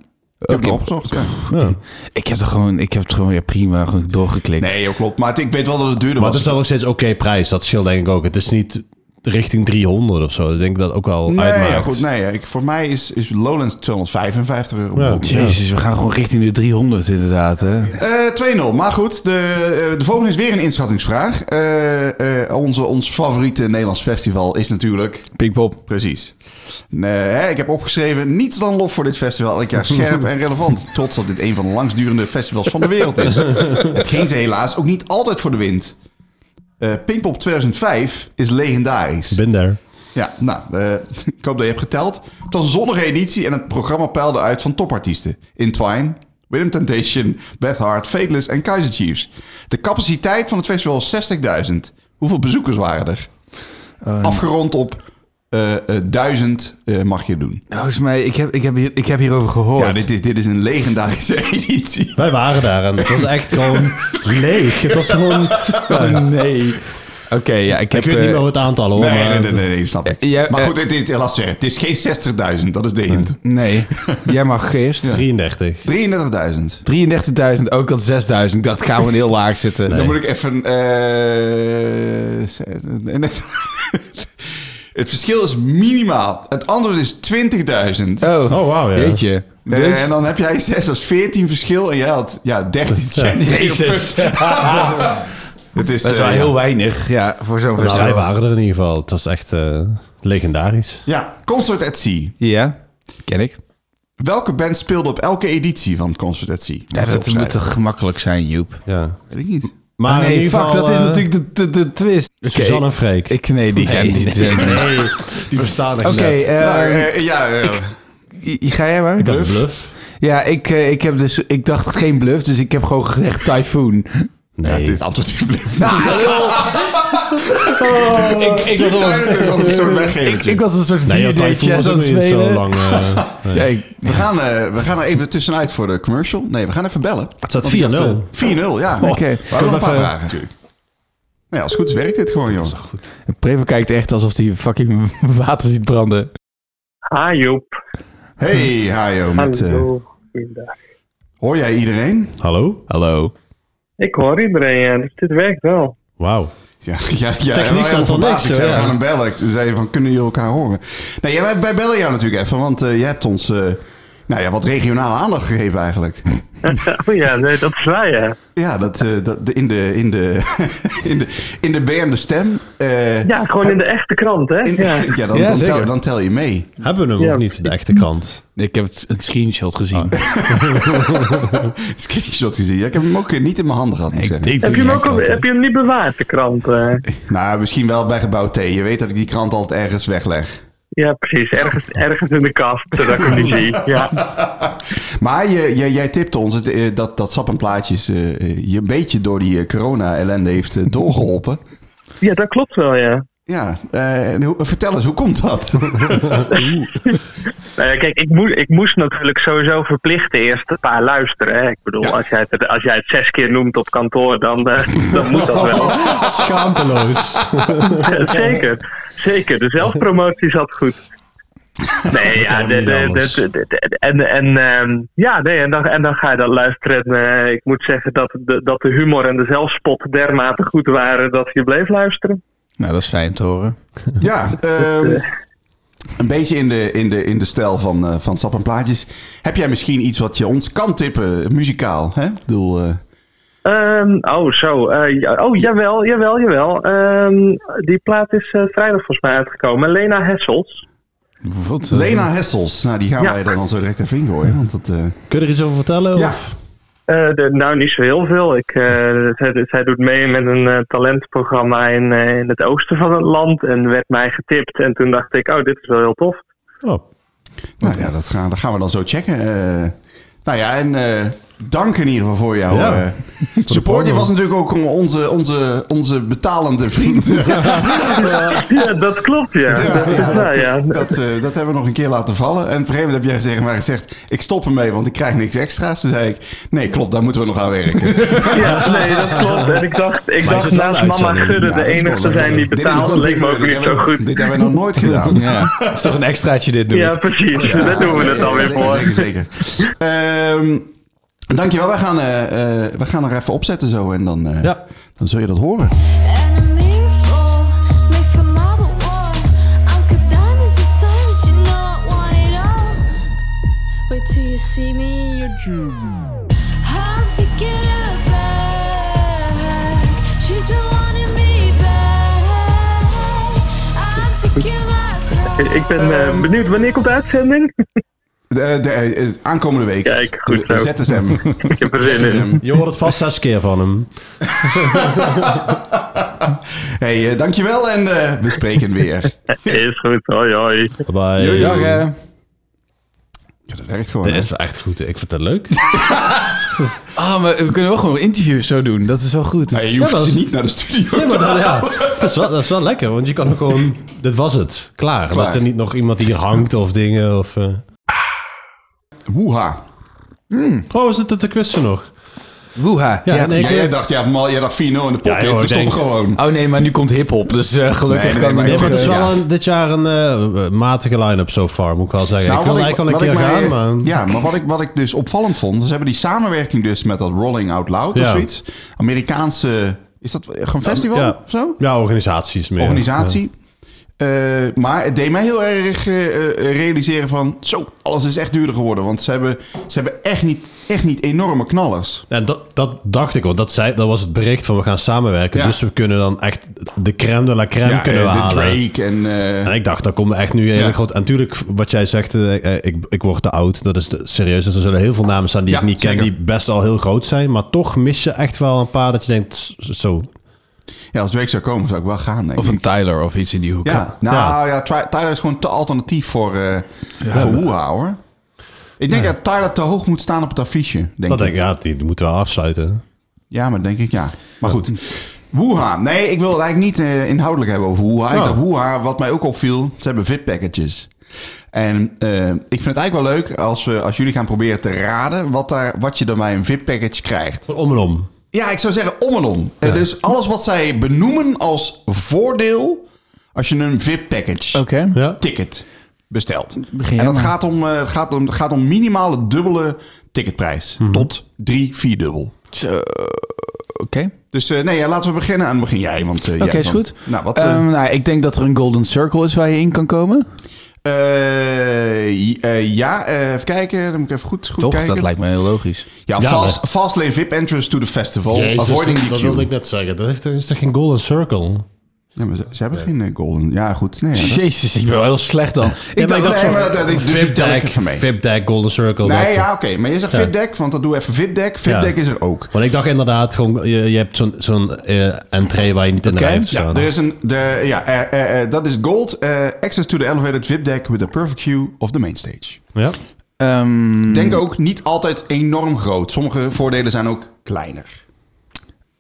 S3: Ik heb het
S2: Oké.
S3: opgezocht, ja.
S4: Ja.
S2: Ik heb er gewoon, ik heb het gewoon ja, prima gewoon doorgeklikt.
S3: Nee, joh, klopt. Maar het- ik weet wel dat het duurder
S4: Maar het
S3: was.
S4: is wel nog steeds oké prijs. Dat scheelt denk ik ook. Het is niet richting 300 of zo. Dus Ik denk dat ook wel
S3: nee,
S4: uitmaakt.
S3: ja, goed. Nee, ja, ik, voor mij is, is Lowlands 255 euro. bijvoorbeeld.
S2: Jezus, we gaan gewoon richting de 300 inderdaad, hè?
S3: Eh, 2-0. Maar goed, de, eh, de volgende is weer een inschattingsvraag. Eh, eh, onze, ons favoriete Nederlands festival is natuurlijk...
S2: Pinkpop.
S3: Precies. Nee, hè, ik heb opgeschreven, niets dan lof voor dit festival. Elk jaar scherp en relevant. Trots dat dit een van de langstdurende festivals van de wereld is. Het ging ze helaas ook niet altijd voor de wind. Eh Pinkpop 2005 is legendarisch.
S4: Been there.
S3: Ja, nou, eh, ik hoop dat je hebt geteld. Het was een zonnige editie en het programma peilde uit van topartiesten. In Twine, Willem Temptation, Beth Hart, Fateless en Kaiser Chiefs. De capaciteit van het festival was 60.000. Hoeveel bezoekers waren er?
S2: Ehm.
S3: Afgerond op eh, eh, 1000 eh, mag je doen.
S2: Nou, volgens mij, ik heb, ik, heb hier, ik heb hierover gehoord.
S3: Ja, dit is, dit is een legendarische editie.
S4: Wij waren daar en het was echt gewoon leeg. Het was gewoon...
S2: Oh, nee. Oké, ja, ik heb...
S4: Ik weet niet
S2: eh,
S4: meer hoe het aantal hoor.
S3: Nee,
S4: maar-
S3: nee, nee, nee, nee, snap ik.
S2: Ja,
S3: maar
S2: eh,
S3: goed, het, het, laat zeggen, het is geen 60.000, dat is de hint.
S2: Nee, jij mag eerst.
S4: 33.
S3: 33.000.
S2: 33.000, ook dat 6.000. Dat gaan we heel laag zitten.
S3: Dan moet ik even. eh, zes- nee, nee. eh, Het verschil is minimaal. Het antwoord is 20.000.
S2: Oh,
S4: Oh, wauw, ja.
S2: Jeetje.
S3: Eh,
S2: Dus-
S3: en dan heb jij 6 als 14 verschil en jij had ja, 13 cent.
S2: Jezus.
S3: Het is,
S2: Dat is
S3: eh,
S2: wel
S3: ja.
S2: heel weinig, ja, voor zo'n
S4: Nou,
S2: verschil.
S4: wij waren er in ieder geval. Het was echt eh, legendarisch.
S3: Ja, Concert at Sea.
S2: Ja, ken ik.
S3: Welke band speelde op elke editie van Concert at Sea?
S2: Ja, dat moet toch gemakkelijk zijn, Joep?
S4: Ja.
S3: Weet ik niet.
S4: Maar
S2: Ah,
S4: Nou, in
S2: nee,
S4: ieder
S2: fuck,
S4: geval,
S2: dat is
S4: eh,
S2: natuurlijk de, de, de twist.
S4: Suzanne en Freek.
S2: Ik, nee, die zijn niet... eh, nee.
S4: die bestaan echt
S2: Oké,
S4: niet.
S2: eh,
S3: Nou, eh, ja, eh,
S2: i- i- ga jij maar?
S4: Ik had een bluff.
S2: Ja, ik, eh, ik, heb dus, ik dacht geen bluff, dus ik heb gewoon gezegd tyfoon.
S3: ja, het
S4: Nee.
S3: is antwoord gebleven.
S2: ik, ik was al...
S3: Dat was een soort
S2: Ik,
S3: weggevertje.
S2: ik was een soort
S4: Nee, joh,
S2: 4D
S4: Typhoon was
S2: chess
S4: ook
S2: aan het
S4: niet zo
S2: spelen.
S4: lang. eh,
S2: Ja, ik-
S3: We gaan, eh, we gaan er even tussenuit voor de commercial. Nee, we gaan even bellen.
S4: Het staat
S3: Want ik dacht,
S4: 4-0.
S3: eh, 4-0, ja.
S2: Oké.
S3: We hadden nog een paar vragen. Natuurlijk. Nou ja, als het goed is werkt dit gewoon, joh.
S2: Prevo kijkt echt alsof hij fucking water ziet branden.
S7: Ah, Joep.
S3: Hey, Hajo. Met, eh,
S7: Hallo. Goeiedag.
S3: hoor jij iedereen?
S4: Hallo?
S2: Hallo.
S7: Ik hoor iedereen, ja, dus dit werkt wel.
S4: Wauw.
S3: Ja, ja, ja
S4: Techniek
S3: helemaal
S4: staat voor
S3: verbaasd.
S4: niks,
S3: Ik zei, we
S4: hoor, ja.
S3: gaan hem bellen. Ik zei van, kunnen jullie elkaar horen? Nee, ja, wij, wij bellen jou natuurlijk even, want eh, jij hebt ons... eh, nou ja, wat regionale aandacht gegeven eigenlijk.
S7: Oh ja, nee, dat is waar, ja.
S3: Ja, dat, eh, dat de- in, de, in, de, in, de, in de BM de stem. eh,
S7: Ja, gewoon in de echte krant, hè?
S3: in-
S7: Ja.
S3: ja, dan,
S2: Ja,
S3: dan, tel,
S2: zeker.
S3: dan tel je mee.
S4: Hebben we hem
S7: Ja.
S4: of niet, de echte krant?
S2: Ik heb het, het screenshot gezien.
S3: Screenshot gezien. Ja, ik heb hem ook eh, niet in mijn handen gehad, moet ik zeggen.
S7: Heb je, hem ook, al- heb je hem niet bewaard, de krant? eh?
S3: Nou, misschien wel bij gebouw T. Je weet dat ik die krant altijd ergens wegleg.
S7: Ja, precies. Ergens, ergens in de kast, eh, zodat ik hem niet zie. Ja.
S3: Maar je, jij- jij tipte ons het, eh, dat, dat sap en plaatjes eh, eh, je een beetje door die eh, corona-ellende heeft eh, doorgeholpen.
S7: ja, dat klopt wel, ja.
S3: Ja, eh, en hoe- vertel eens, hoe komt dat?
S7: Nou ja, kijk, ik, moe- ik moest natuurlijk sowieso verplicht eerst een paar luisteren. Hè. Ik bedoel,
S3: Ja.
S7: als, jij het, als jij het zes keer noemt op kantoor, dan, eh, dan moet dat wel.
S4: Schaamteloos.
S7: zeker, zeker. De zelfpromotie zat goed. Nee, ja,
S4: kan
S7: de,
S4: niet
S7: de,
S4: anders.
S7: de- de- de- en, en, ehm, ja, nee, en, dan, en dan ga je dat luisteren. En, eh, ik moet zeggen dat de, dat de humor en de zelfspot dermate goed waren dat je bleef luisteren.
S2: Nou, dat is fijn om te horen.
S3: ja, ehm, een beetje in de, in de, in de stijl van, eh, van sap en plaatjes. Heb jij misschien iets wat je ons kan tippen, muzikaal? Hè? Ik bedoel, eh,
S7: Ehm, oh, zo. eh, ja- oh, jawel, jawel, jawel. Ehm, die plaat is eh, vrijdag volgens mij uitgekomen. Lena Hessels.
S2: Bijvoorbeeld, eh,
S3: Lena Hessels. Nou, die gaan
S7: Ja.
S3: wij er dan zo direct even in gooien. Want dat, eh,
S4: Kun je er iets over vertellen?
S3: ja.
S4: of-
S7: Eh, de- nou, niet zo heel veel. Ik, eh, zij, zij doet mee met een eh, talentprogramma in, eh, in het oosten van het land en werd mij getipt. En toen dacht ik, oh, dit is wel heel tof.
S4: Oh,
S3: Nou ja, dat gaan, dat gaan we dan zo checken. Eh, nou ja, en eh, dank in ieder geval voor jouw
S4: Ja.
S3: eh, support. Je
S4: promo.
S3: was natuurlijk ook onze, onze, onze betalende vriend. Ja,
S7: Ja, dat klopt, ja. dat is
S3: ja,
S7: waar, ja.
S3: dat, dat, eh, dat hebben we nog een keer laten vallen. En op een gegeven moment heb jij gezegd, maar gezegd, ik stop ermee, want ik krijg niks extra's. Toen zei ik, nee, klopt, daar moeten we nog aan werken.
S7: Ja, nee, dat klopt. En ik dacht, ik
S4: Maar is
S7: dacht
S4: het wel
S7: naast
S4: een
S7: mama
S4: uitzending?
S7: Gudde
S3: Ja,
S7: de
S3: dit is
S7: enige
S3: wel
S7: te zijn die
S3: leuk. Dit is wel
S7: betaalt,
S3: een
S7: leek me ook
S3: primeur.
S7: niet
S3: Dit
S7: zo
S3: hebben we-
S7: goed.
S3: Dit hebben we nog nooit gedaan.
S2: Ja, dat is toch een extraatje dit doen.
S7: Ja, precies.
S3: Ja,
S7: dat doen we
S3: nee,
S7: het alweer
S3: zeker,
S7: voor.
S3: Zeker, zeker. Ehm, dankjewel, wij gaan, eh, eh, we gaan er even opzetten zo en dan, eh,
S4: Ja.
S3: dan zul je dat horen.
S5: And a mirror floor made from marble wall. Uncle Diamond's the Cyrus, you know I want it all. Wait till you see me in your dream. I'm taking her back. She's been wanting me back. I'm taking my crown.
S7: Ik ben eh, benieuwd, wanneer komt de uitzending?
S3: De, de, eh, aankomende week.
S7: Kijk, goed
S3: De-
S7: zo.
S3: ZSM.
S7: Ik heb er zin in.
S3: ZSM.
S4: je hoort het vast zes keer van hem.
S3: hey, eh, dankjewel en eh, we spreken weer.
S7: Is goed, hoi hoi.
S4: Bye.
S2: Dag, hè.
S4: eh.
S3: Ja, dat werkt gewoon.
S4: Dit
S3: hè?
S4: is wel echt goed. Ik vind dat leuk.
S2: Ah, maar we kunnen wel gewoon interviews zo doen. Dat is wel goed.
S3: Nee, Nou, je hoeft
S4: Ja, dat-
S3: ze niet naar de studio
S4: Ja,
S3: te
S4: maar dat,
S3: halen.
S4: ja, dat, is wel, dat is wel lekker, want je kan ook gewoon... Dit was het. Klaar.
S3: Klaar.
S4: Dat er niet nog iemand hier hangt of dingen of... eh.
S3: Woeha.
S4: Oh, is het de- de quizje nog?
S2: Woeha.
S4: Ja,
S2: Ja,
S4: nee,
S3: Ja,
S4: ik- eh,
S3: jij dacht, ja, mal, jij dacht 4-0 in de pot.
S4: Ja, joh,
S3: ik
S4: ik Ah,
S3: stop
S4: denk-
S3: gewoon.
S2: Oh nee, maar nu komt hip-hop. Dus eh, gelukkig
S3: Nee, nee,
S2: kan
S3: maar
S2: ik nog,
S4: Nee, maar het is
S2: eh,
S4: wel
S3: ja.
S4: een- dit jaar een eh, matige line-up so far, moet ik wel zeggen. ik wilde
S3: Nou, wat
S4: eigenlijk al
S3: wat
S4: een keer gaan,
S3: mij-
S4: maar...
S3: Ja, maar wat ik, wat ik dus opvallend vond... ze hebben die samenwerking dus met dat Rolling Out Loud of
S4: Ja.
S3: zoiets. Amerikaanse... Is dat gewoon festival
S4: ja.
S3: of zo?
S4: Ja, organisaties meer.
S3: Organisatie. Eh, maar het deed mij heel erg eh, eh, realiseren van... Zo, alles is echt duurder geworden. Want ze hebben, ze hebben echt, niet, echt niet enorme knallers.
S4: Ja, dat, dat dacht ik al. Dat, zei, dat was het bericht van we gaan samenwerken.
S3: Ja.
S4: Dus we kunnen dan echt de crème de la crème kunnen we
S3: eh, de
S4: halen.
S3: Drake en... eh,
S4: En ik dacht, daar komt echt nu heel
S3: Ja.
S4: groot... En natuurlijk, wat jij zegt, eh, eh, ik, ik word te oud. Dat is de- serieus. Dus er zullen heel veel namen staan die
S3: Ja,
S4: ik niet
S3: zeker.
S4: ken, die best al heel groot zijn. Maar toch mis je echt wel een paar dat je denkt, s- zo...
S3: ja, als Drake zou komen, zou ik wel gaan, denk
S2: Of
S3: ik.
S2: een Tyler of iets in die hoek.
S3: Ja, nou ja, Ty- Tyler is gewoon te alternatief voor, eh voor Woeha, hoor. Ik denk dat Tyler te hoog moet staan op het affiche, denk
S4: Dat
S3: ik.
S4: denk ik, ja, die moeten we wel afsluiten.
S3: Ja, maar denk ik ja. Maar goed. Woeha. Nee, ik wil het eigenlijk niet eh, inhoudelijk hebben over Woeha. Ik
S2: Oh.
S4: Ja.
S3: dacht Woeha, wat mij ook opviel, ze hebben VIP-packages. En eh, ik vind het eigenlijk wel leuk als, we, als jullie gaan proberen te raden wat, daar, wat je dan bij een VIP-package krijgt.
S4: Om en om.
S3: Ja, ik zou zeggen om en om. Eh, dus alles wat zij benoemen als voordeel als je een VIP-package
S2: Oké.
S4: Ja.
S3: ticket bestelt.
S2: Begin
S3: en dat
S2: maar.
S3: gaat om, eh, gaat, om, gaat om minimaal het dubbele ticketprijs.
S2: Mhm.
S3: Tot drie, vierdubbel.
S2: Oké.
S3: Dus eh, nee, ja, laten we beginnen. En dan begin jij, want... eh,
S2: Oké,
S3: jij
S2: is
S3: kan-
S2: goed.
S3: Nou, wat... eh,
S2: Ehm, nou, ik denk dat er een golden circle is waar je in kan komen.
S3: eh, j- eh, ja, eh, even kijken. Dan moet ik even goed, goed
S2: Toch?
S3: kijken.
S2: Dat lijkt me heel logisch.
S3: Ja,
S4: Ja,
S3: fast,
S4: maar-
S3: fast lane VIP entrance to the festival. avoiding the queue.
S4: net zeggen. Dat is, toch geen golden circle?
S3: Ja, maar ze, ze hebben geen eh, golden... Ja, goed. Nee, ja, dat-
S2: Jezus, ik ben wel heel slecht dan.
S3: Ja, maar ik dacht zo- dus die
S4: VIP
S3: tel ik
S4: deck,
S3: even mee.
S4: VIP deck, golden circle.
S3: nee,
S4: dat-
S3: ja, oké. Maar je zegt
S4: Ja.
S3: VIP deck, want dat doe even VIP deck. VIP
S4: Ja.
S3: deck is er ook.
S4: Want ik dacht inderdaad, gewoon, je, je hebt zo'n zo'n eh, entree waar je niet in de rij hoeft te
S3: Ja,
S4: staan.
S3: er is een... De, ja, eh, eh, eh, dat is gold. eh, access to the elevated VIP deck with a perfect view of the main stage.
S4: Ja.
S2: Ehm,
S3: Denk ook niet altijd enorm groot. Sommige voordelen zijn ook kleiner.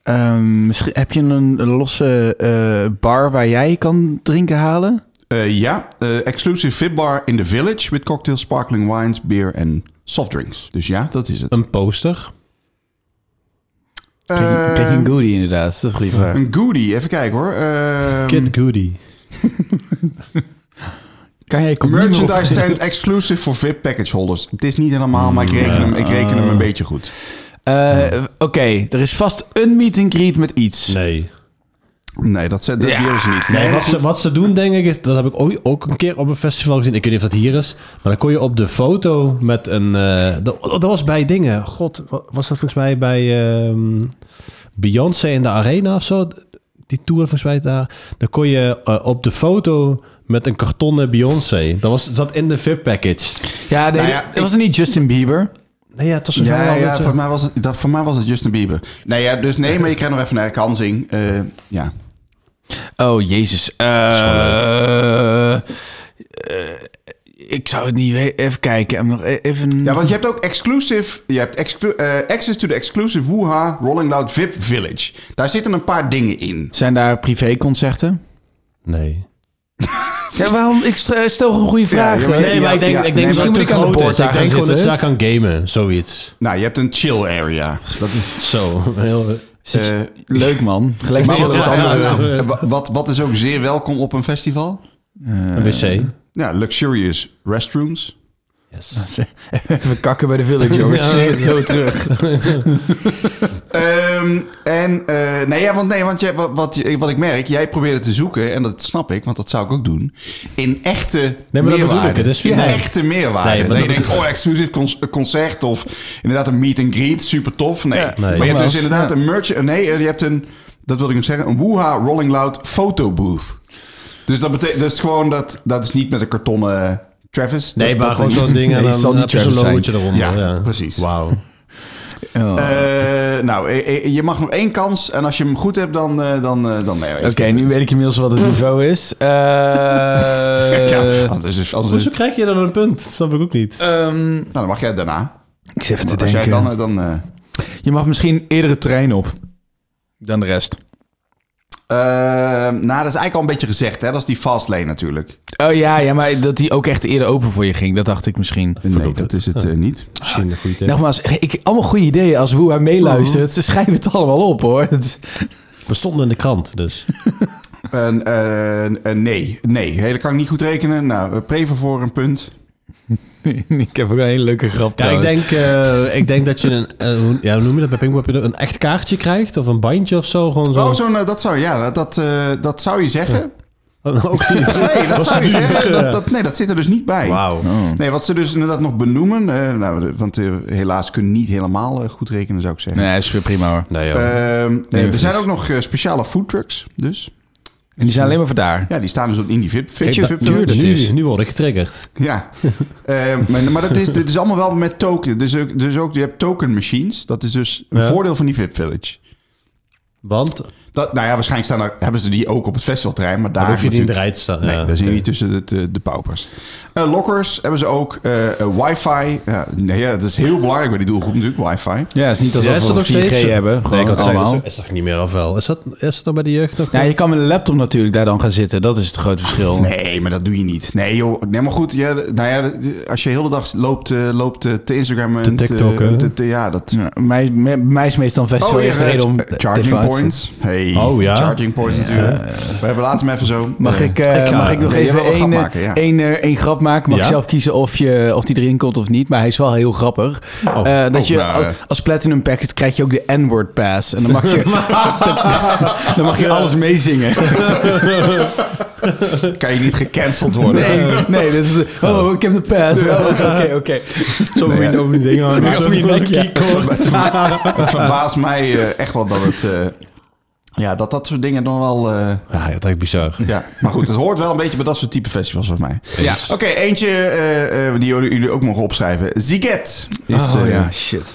S2: ehm, misschien heb je een losse eh, bar waar jij kan drinken halen?
S3: Eh, ja, eh, exclusive VIP bar in the village with cocktails, sparkling wines, beer en soft drinks. Dus ja, dat is het.
S4: Een poster.
S2: Kijk,
S3: Eh,
S2: kijk een goodie inderdaad. Dat is een goede vraag.
S3: een goodie, even kijken hoor. Ehm,
S4: Kid Goody.
S2: Kan jij
S3: merchandise stand exclusive voor VIP package holders. Het is niet helemaal, maar ik reken
S4: Mm,
S3: hem, ik reken hem
S4: eh.
S3: een beetje goed.
S2: Eh, Oké, er is vast een meet and greet met iets.
S4: Nee.
S3: Nee, dat, zijn- dat
S2: Ja.
S3: die hebben ze niet.
S4: Nee,
S3: Nee,
S4: wat ze, wat ze doen, denk ik, is, dat heb ik ooit- ook een keer op een festival gezien. Ik weet niet of dat hier is. Maar dan kon je op de foto met een. eh, dat, dat was bij dingen. God, wa- was dat volgens mij bij ehm, Beyoncé in de arena of zo? Die tour volgens mij daar. Dan kon je eh, op de foto met een kartonnen Beyoncé. Dat was, zat in de VIP package.
S2: Ja, nee,
S3: Nou ja,
S2: dat
S3: ik-
S2: was het niet Justin Bieber.
S4: Nee, ja, het was volgens mij
S3: Ja,
S4: wel
S3: ja
S4: met, eh,
S3: voor, mij was het, dat, voor mij was het Justin Bieber. Nee, ja, dus nee, maar je krijgt nog even een herkansing. Eh, ja.
S2: Oh, jezus. Eh, eh, ik zou het niet weten. Even kijken. Nog e- even...
S3: ja, want je hebt ook exclusive, je hebt exclu- eh, access to the exclusive Wuha Rolling Loud VIP Village. Daar zitten een paar dingen in.
S2: Zijn daar privéconcerten?
S4: Nee.
S2: Ja, waarom? Ik stel gewoon goede
S3: vragen.
S2: vragen.
S3: joh,
S4: Nee, maar ik denk,
S3: ja,
S4: ik
S3: nee, misschien
S4: denk dat het te
S2: moet ik aan de
S4: groot
S2: boord
S4: is. Ik
S2: daar
S4: denk
S2: gaan
S4: gewoon dat ze daar
S2: zitten.
S4: gaan gamen, zoiets.
S3: Nou, je hebt een chill area. Dat is,
S4: Zo. Heel,
S3: eh,
S2: Leuk, man. Gelijk
S3: maar
S2: met
S3: wat,
S2: wat
S4: ja,
S3: wat-
S4: ja,
S2: andere.
S4: ja.
S3: eh, wa- wat, wat is ook zeer welkom op een festival?
S4: een wc.
S3: Ja, luxurious restrooms.
S4: Yes.
S2: Even kakken bij de village, jongens. Zo terug.
S3: Ehm, en eh, nee, ja, want, nee, want jij, wat, wat, je- wat ik merk, jij probeerde te zoeken, en dat snap ik, want dat zou ik ook doen, in echte
S4: dat bedoel
S3: meerwaarde.
S4: ik, het is
S3: in
S4: fijn.
S3: echte meerwaarde.
S4: Nee, maar
S3: dat je
S4: dat
S3: denkt, oh, exclusief cons- concert of inderdaad een meet and greet, super tof. Nee, maar je hebt
S2: nogmaals,
S3: dus inderdaad
S2: ja.
S3: een merch, nee, eh, je hebt een, dat wil ik nog zeggen, een Woeha Rolling Loud fotobooth. Dus dat betekent, dat is gewoon, dat, dat is niet met een kartonnen eh, Travis.
S4: Nee,
S3: dat,
S4: maar
S3: dat
S4: gewoon
S3: is-
S4: zo'n ding en
S2: nee, het zal
S4: dan
S2: niet
S4: heb je zo'n
S2: Travis
S4: logootje eronder.
S3: Ja, precies.
S4: Wauw.
S2: Oh.
S3: Eh, nou, eh, eh, je mag nog één kans. En als je hem goed hebt, dan... eh, dan, eh, dan nee,
S2: Oké, nu weet ik inmiddels wat het niveau is. Eh,
S3: ja, anders is, anders is-
S4: Hoezo krijg je dan een punt? Dat snap ik ook niet.
S2: ehm,
S3: Nou, dan mag jij daarna.
S2: ik zit even te
S3: Want als jij
S2: denken.
S3: dan... eh, dan eh,
S2: Je mag misschien eerder het terrein op dan de rest.
S3: eh, nou, dat is eigenlijk al een beetje gezegd. Hè? Dat is die fast lane natuurlijk.
S2: Oh ja, ja, maar dat die ook echt eerder open voor je ging, dat dacht ik misschien.
S3: Nee, dat is het eh, niet.
S4: Misschien een goede tip.
S2: Nogmaals, ik, allemaal goede ideeën als Woeha meeluistert. Ze schrijven het allemaal op, hoor. Het-
S4: We stonden in de krant, dus.
S3: En, eh, eh, nee, nee. Hey, dat kan ik niet goed rekenen. Nou, eh, Prever voor een punt.
S2: ik heb ook een hele leuke grap
S4: Ja, ik
S2: trouwens.
S4: denk, eh, ik denk dat je een... eh, hoe, ja, hoe noem je dat bij Pingpong? Heb je een echt kaartje krijgt? Of een bandje of zo? Gewoon zo.
S3: Oh, zo'n... eh, dat zou... Ja, dat, dat, eh, dat zou je zeggen.
S4: Ook die,
S3: Nee, dat
S4: was
S3: zou je
S4: die-
S3: zeggen.
S4: eh,
S3: Dat, dat, nee, dat zit er dus niet bij.
S4: Wauw.
S3: Nee, wat ze dus inderdaad nog benoemen... eh, nou, de- want eh, helaas kunnen niet helemaal eh, goed rekenen, zou ik zeggen.
S2: Nee, is weer prima hoor.
S4: Nee, joh.
S3: Ehm, eh,
S2: Nee,
S3: er
S2: dat
S3: zijn
S2: is-
S3: ook nog eh, speciale foodtrucks, dus.
S2: En die zijn alleen maar voor daar.
S3: Ja, die staan dus in die VIP.
S4: Kijk,
S3: VIP,
S4: dat-
S3: VIP
S4: nu,
S2: dat is.
S4: nu, nu word ik getriggerd.
S3: Ja, Ehm, maar, maar dat is, dit is allemaal wel met token. Dus ook, dus ook, je hebt token machines. Dat is dus een
S4: Ja.
S3: voordeel van die VIP Village.
S4: Want
S3: Dat, nou ja, waarschijnlijk staan er, hebben ze die ook op het festivalterrein, maar daar...
S4: dan hoef je niet in de
S3: natuurlijk-
S4: rij te staan.
S3: Nee,
S4: Ja,
S3: daar zijn
S4: oké.
S3: niet tussen het, eh, de paupers. Eh, lockers hebben ze ook. eh, eh, wifi. Ja, nee, ja, dat is heel belangrijk bij die doelgroep natuurlijk, wifi.
S2: Ja, het is niet
S4: Ja,
S2: alsof
S4: is
S2: we
S4: dat nog
S2: 4G
S4: steeds?
S2: hebben.
S4: Nee,
S2: Gewoon
S4: ik had zeggen,
S2: allemaal.
S4: dat is is toch niet meer of wel? Is dat, is dat nog bij de jeugd nog?
S2: Ja, je kan met een laptop natuurlijk daar dan gaan zitten. Dat is het grote verschil.
S3: Nee, maar dat doe je niet. Nee, joh. Nee, maar goed. Ja, nou ja, als je de hele dag loopt, eh, loopt eh, te Instagram en
S4: Te TikTokken.
S3: te- te- ja, dat...
S2: Ja, mij, mij- mij is meestal een festival eerst de
S3: eh,
S2: reden om...
S3: eh, charging
S2: te-
S3: points. Hey,
S4: Oh, ja.
S3: charging points natuurlijk. We hebben laten hem even zo.
S2: Mag
S3: Eh,
S2: ik, eh,
S4: Ik ga-
S2: mag ik nog
S3: nee, jij
S2: even
S3: wil een grap
S2: één, eh,
S3: maken, ja.
S2: één, eh, één grap maken? Mag
S4: Ja?
S2: je zelf kiezen of, je, of die erin komt of niet. Maar hij is wel heel grappig. Eh, dat
S3: Oh,
S2: je
S3: nou,
S2: als, als Platinum Package krijg je ook de N-word pass. En dan mag je, dan, mag je alles meezingen.
S3: Kan je niet gecanceld worden?
S2: Nee, nee. Dat is, oh, ik heb de pass. Oh, Oké, oké.
S4: Zo
S3: Nee, ja.
S4: over die dingen.
S3: Zo'n
S4: hangen.
S3: heel
S4: Zo'n
S3: goed
S4: nekje.
S3: Het verbaast mij eh, echt wel dat het... eh, ja, dat dat soort dingen dan wel... eh,
S4: Ah, Ja, dat is echt bizar.
S3: ja, maar goed, het hoort wel een beetje bij dat soort type festivals, volgens mij.
S2: Ja.
S3: Oké, eentje eh, eh, die jullie jullie ook mogen opschrijven. Ziget is...
S2: Oh
S3: eh,
S2: ja, shit.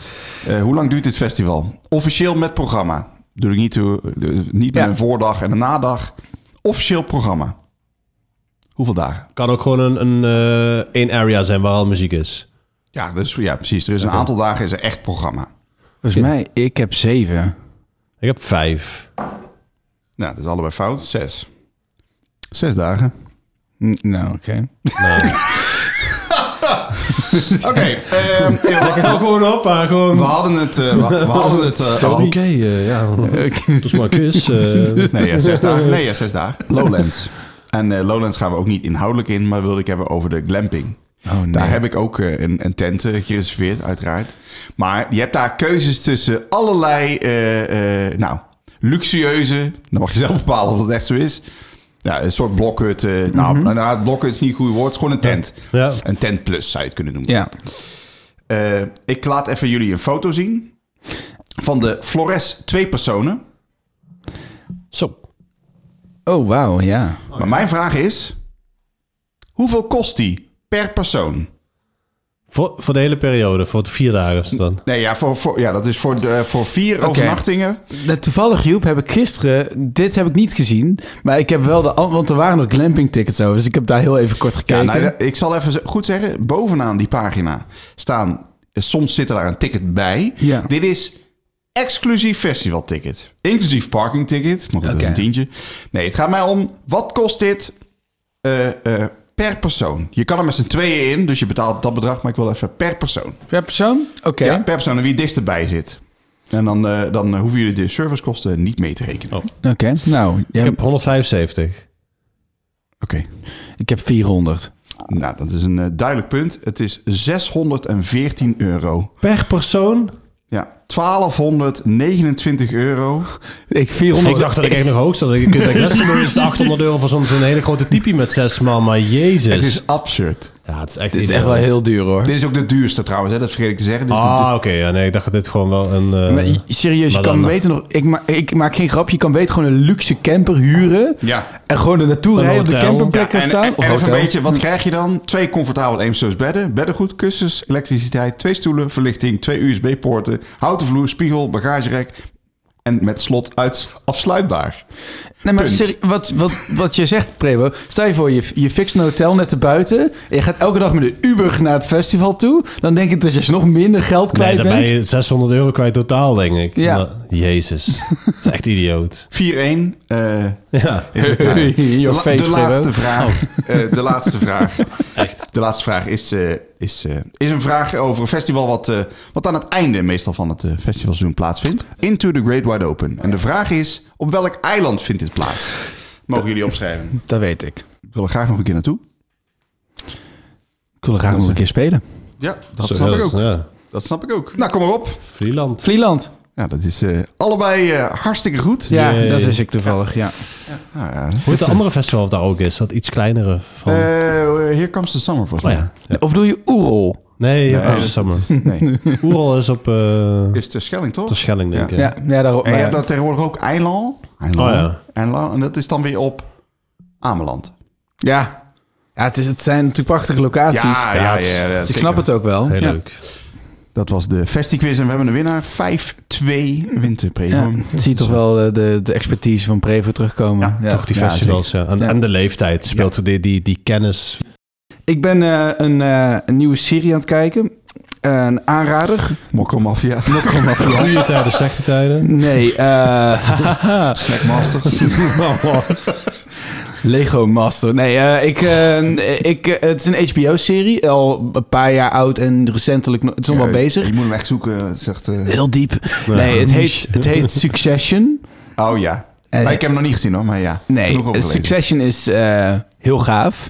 S3: eh, hoe lang duurt dit festival? Officieel met programma. Doe ik niet, toe, eh, niet met
S2: Ja.
S3: een voordag en een nadag. Officieel programma. Hoeveel dagen?
S4: Kan ook gewoon een, een eh, één area zijn waar al muziek is.
S3: Ja, dus, ja precies. Er is een aantal dagen is er echt programma.
S2: Volgens mij, ik heb zeven.
S4: Ik heb vijf.
S3: Nou, dat is allebei fout. Zes. Zes dagen.
S2: N- nou, oké.
S3: Oké. ehm,
S4: gewoon op, maar gewoon...
S3: we hadden het... eh, we, we hadden het eh,
S4: Oké,
S3: al.
S4: eh, ja. Dat is maar een kus. eh.
S3: Nee, ja, zes dagen. Nee, ja, zes dagen. Lowlands. En eh, Lowlands gaan we ook niet inhoudelijk in, maar wilde ik hebben over de glamping.
S2: Oh, nee.
S3: Daar heb ik ook eh, een, een tent eh, gereserveerd, uiteraard. Maar je hebt daar keuzes tussen allerlei, eh, eh, nou, luxueuze. Dan mag je zelf bepalen of dat echt zo is. Ja, een soort blokhut. eh, nou,
S2: Mhm.
S3: nou, blokhut is niet een goed woord. Het is gewoon een tent.
S4: Ja.
S3: Een tent plus zou je het kunnen noemen.
S2: Ja.
S3: Eh, ik laat even jullie een foto zien van de Flores twee personen.
S4: Zo.
S2: Oh, wauw, ja.
S3: Maar mijn vraag is, hoeveel kost die per persoon?
S4: Voor, voor de hele periode, voor de vier dagen is het dan.
S3: Nee, ja, voor, voor, ja dat is voor, de, voor vier
S2: Oké.
S3: overnachtingen.
S2: Nou, toevallig, Joep, heb ik gisteren... Dit heb ik niet gezien, maar ik heb wel de... an- Want er waren nog glamping tickets over, dus ik heb daar heel even kort
S3: Ja,
S2: gekeken.
S3: nou, dat- ik zal even z- goed zeggen, bovenaan die pagina staan, eh, soms zit er daar een ticket bij.
S2: Ja.
S3: Dit is exclusief festivalticket. Inclusief parkingticket, maar goed, dat is
S2: Oké.
S3: een tientje. Nee, het gaat mij om, wat kost dit eh, eh, per persoon? Je kan er met z'n tweeën in, dus je betaalt dat bedrag, maar ik wil even per persoon.
S2: Per persoon? Oké.
S3: Ja, per persoon en wie het dichtst erbij zit. En dan, eh, dan eh, hoeven jullie de servicekosten niet mee te rekenen.
S2: Oké, nou, jij-
S4: Ik heb 175.
S3: Oké.
S2: 400.
S3: Nou, dat is een eh, duidelijk punt. Het is 614 euro.
S4: Per persoon?
S3: Ja, 1229 euro.
S2: Ik 400.
S4: Ik dacht dat ik echt nog hoog zat. Ik dacht, dat is het 800 euro voor zo'n zo'n hele grote typie met zes man. Maar jezus.
S3: Het is absurd.
S4: ja, het is echt,
S2: Dit is
S4: idioot.
S2: echt wel heel duur hoor.
S3: Dit is ook de duurste trouwens, hè? dat vergeet ik te zeggen. Dit is de
S4: Ah,
S3: du-
S4: oké. ja, nee, ik dacht dat dit gewoon wel een... eh,
S2: Maar i- serieus, je
S4: maar
S2: kan
S4: dan-
S2: weten nog. Ik, ma ik maak geen grap. Je kan weten gewoon een luxe camper huren.
S3: Ja.
S2: En gewoon er naartoe rijden op de
S4: hotel.
S2: campingplek gaan
S3: en,
S2: staan.
S3: en,
S2: of
S3: en even
S2: hotel.
S3: een beetje, wat krijg je dan? Twee comfortabel eemstooms bedden, beddengoed, kussens, elektriciteit, twee stoelen, verlichting, twee USB-poorten, houten vloer, spiegel, bagagerek en met slot uit, afsluitbaar.
S2: Nee, maar
S3: punt.
S2: serie- wat, wat, wat je zegt, Prebo. Stel je voor, je, je fixt een hotel net erbuiten. En je gaat elke dag met de Uber naar het festival toe. Dan denk ik dat je nog minder geld
S4: Nee,
S2: kwijt
S4: dan ben
S2: bent.
S4: je 600 euro kwijt totaal, denk ik.
S2: Ja.
S4: Maar- jezus. Het is echt idioot.
S3: 4-1. eh,
S4: Ja.
S3: is het nou.
S2: In
S3: de,
S2: your
S3: la-
S2: face,
S3: de laatste
S2: Prebo.
S3: vraag. eh, de laatste vraag. De laatste vraag is, eh, is, eh, is een vraag over een festival wat, eh, wat aan het einde meestal van het eh, festivalseizoen plaatsvindt. Into the Great Wide Open. En de vraag is, op welk eiland vindt dit plaats? Mogen jullie opschrijven.
S2: Dat weet ik.
S3: Ik wil er graag nog een keer naartoe.
S2: Ik wil er graag nog een keer spelen.
S3: Ja, dat
S4: Zo,
S3: snap ik ook.
S4: Ja.
S3: Dat snap ik ook. Nou, kom maar op.
S4: Vlieland.
S2: Vlieland.
S3: Ja, dat is eh, allebei eh, hartstikke goed.
S2: Ja,
S4: Jee.
S2: dat wist ik toevallig, ja.
S3: Ja, ja.
S4: Hoe heet de andere festival of daar ook is? Dat iets kleinere van...
S3: Eh, Here Comes the Summer, volgens
S4: oh
S3: mij.
S4: ja. Ja.
S2: Of bedoel je Oerol?
S4: Nee, ja,
S3: Nee,
S4: dat is Summer.
S3: Nee.
S4: Oerol is op eh
S3: Is de Schelling, toch?
S4: de Schelling, denk ik.
S2: Ja, ja daarop.
S3: En je
S2: maar-
S3: hebt dan tegenwoordig ook Eindel. Eindel.
S4: Oh ja.
S3: Eindel. En dat is dan weer op Ameland.
S2: Ja. Ja, het, is, het zijn natuurlijk prachtige locaties.
S3: Ja, ja, ja, ja,
S2: ik
S3: zeker.
S2: snap het ook wel.
S4: Heel
S2: Ja.
S4: leuk.
S3: Dat was de festiquiz en we hebben een winnaar. 5-2
S2: Ja,
S3: winterpremium.
S2: het ziet toch wel eh, de, de expertise van Prevo terugkomen.
S3: Ja,
S4: Toch die
S3: Ja,
S4: festivals, ja. En,
S2: Ja.
S4: en de leeftijd speelt die, die, die kennis.
S2: Ik ben eh, een, eh, een nieuwe serie aan het kijken. Eh, Een aanrader.
S3: Mokko Mafia.
S4: Goede tijden, slechte tijden.
S2: Nee, eh
S3: Snackmasters.
S2: Lego Master. Nee, eh, ik, eh, ik, eh, het is een HBO-serie. Al een paar jaar oud en recentelijk. nog- Het is nog wel bezig.
S3: Je moet hem echt zoeken. Het is echt, eh,
S2: Heel diep. Nee, het heet, het heet Succession.
S3: Oh ja.
S2: Eh,
S3: Maar ik heb hem nog niet gezien hoor, maar ja. Genoeg
S2: Nee,
S3: over gelezen.
S2: Succession is eh, heel gaaf.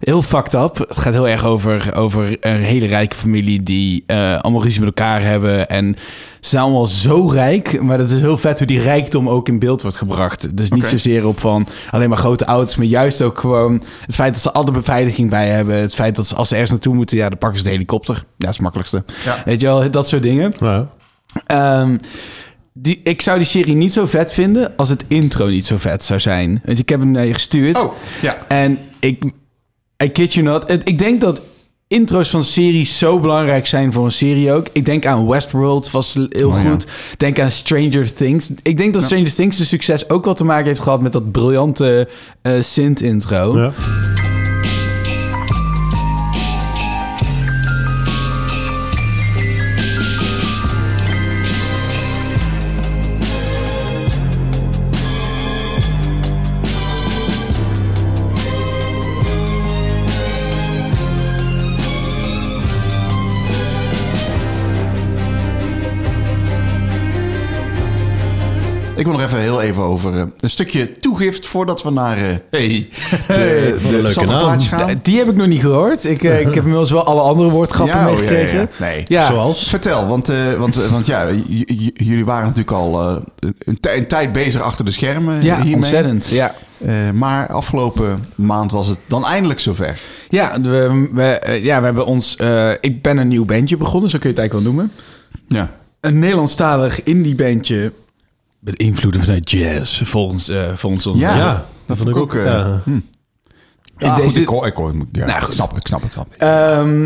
S2: Heel fucked up. Het gaat heel erg over, over een hele rijke familie die eh, allemaal ruzie met elkaar hebben. En ze zijn allemaal zo rijk. Maar dat is heel vet hoe die rijkdom ook in beeld wordt gebracht. Dus niet
S3: Oké.
S2: zozeer op van alleen maar grote auto's. Maar juist ook gewoon het feit dat ze altijd beveiliging bij hebben. Het feit dat ze als ze ergens naartoe moeten, ja, dan pakken ze de helikopter. Ja, dat is het makkelijkste.
S3: Ja.
S2: Weet je wel, dat soort dingen.
S4: Ja.
S2: Ehm, die, ik zou die serie niet zo vet vinden als het intro niet zo vet zou zijn. Dus ik heb hem naar je gestuurd.
S3: Oh, ja.
S2: En ik, I kid you not, het- ik denk dat intro's van series zo belangrijk zijn voor een serie ook. Ik denk aan Westworld, was heel
S3: Oh, ja.
S2: goed. Denk aan Stranger Things. Ik denk dat Stranger Things de succes ook wel te maken heeft gehad met dat briljante eh synth-intro.
S4: Ja.
S3: Ik wil nog even heel even over eh, een stukje toegift voordat we naar eh,
S2: Hey.
S3: de,
S4: een leuke
S3: de sappenplaats
S4: naam.
S3: gaan.
S2: D- Die heb ik nog niet gehoord. Ik, eh, ik heb inmiddels wel alle andere woordgrappen
S3: Ja, oh, ja, ja, ja.
S2: meegekregen.
S3: Nee,
S2: Ja.
S4: Zoals?
S3: Vertel, want, eh, want, eh, want ja, j- j- jullie waren natuurlijk al eh, een, tij- een tijd bezig achter de schermen eh,
S2: Ja,
S3: hiermee.
S2: ontzettend. Ja,
S3: Eh, maar afgelopen maand was het dan eindelijk zover.
S2: ja, we, we, eh, ja we hebben ons... eh, ik ben een nieuw bandje begonnen, zo kun je het eigenlijk wel noemen.
S3: Ja.
S2: Een Nederlandstalig indie bandje... Met invloeden vanuit jazz, volgens, eh volgens ons.
S3: Ja.
S4: Ja,
S3: dat vond ik ook. eh,
S4: ja.
S3: hm.
S2: In
S3: Ah,
S2: deze-
S3: goed, ik, hoor- ik, hoor- ja,
S2: Nou, goed.
S3: ik snap het, ik snap het. ik snap het.
S2: Ehm,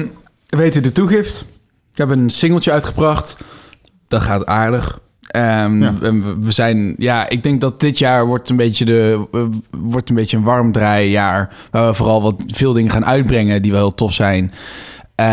S2: we weten de toegift. We hebben een singeltje uitgebracht. Dat gaat aardig. Ehm,
S3: Ja.
S2: en we- We zijn, ja, ik denk dat dit jaar wordt een beetje, de, eh, wordt een, beetje een warm draaijaar. Waar we vooral wat veel dingen gaan uitbrengen die wel heel tof zijn. Eh,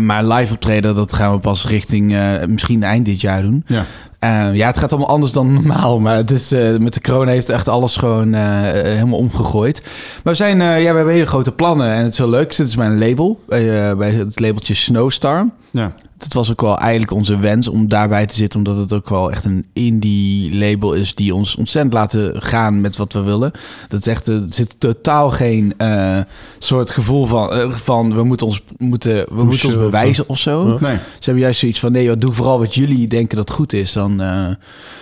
S2: maar live optreden, dat gaan we pas richting eh, misschien eind dit jaar doen.
S3: Ja.
S2: Eh, ja, het gaat allemaal anders dan normaal. Maar het is, eh, met de corona heeft echt alles gewoon eh, eh, helemaal omgegooid. Maar we, zijn, eh, ja, we hebben hele grote plannen en het is heel leuk. Ik zit dus bij een label, bij, eh, bij het labeltje Snowstar.
S3: Ja.
S2: Dat was ook wel eigenlijk onze wens om daarbij te zitten. Omdat het ook wel echt een indie label is die ons ontzettend laten gaan met wat we willen. Dat is echt, eh, er zit totaal geen eh, soort gevoel van, eh, van we moeten ons, moeten, we moeten ons
S4: of-
S2: bewijzen of zo.
S3: Nee.
S2: Ze hebben juist zoiets van, nee, joh, doe vooral wat jullie denken dat goed is. Dan, eh,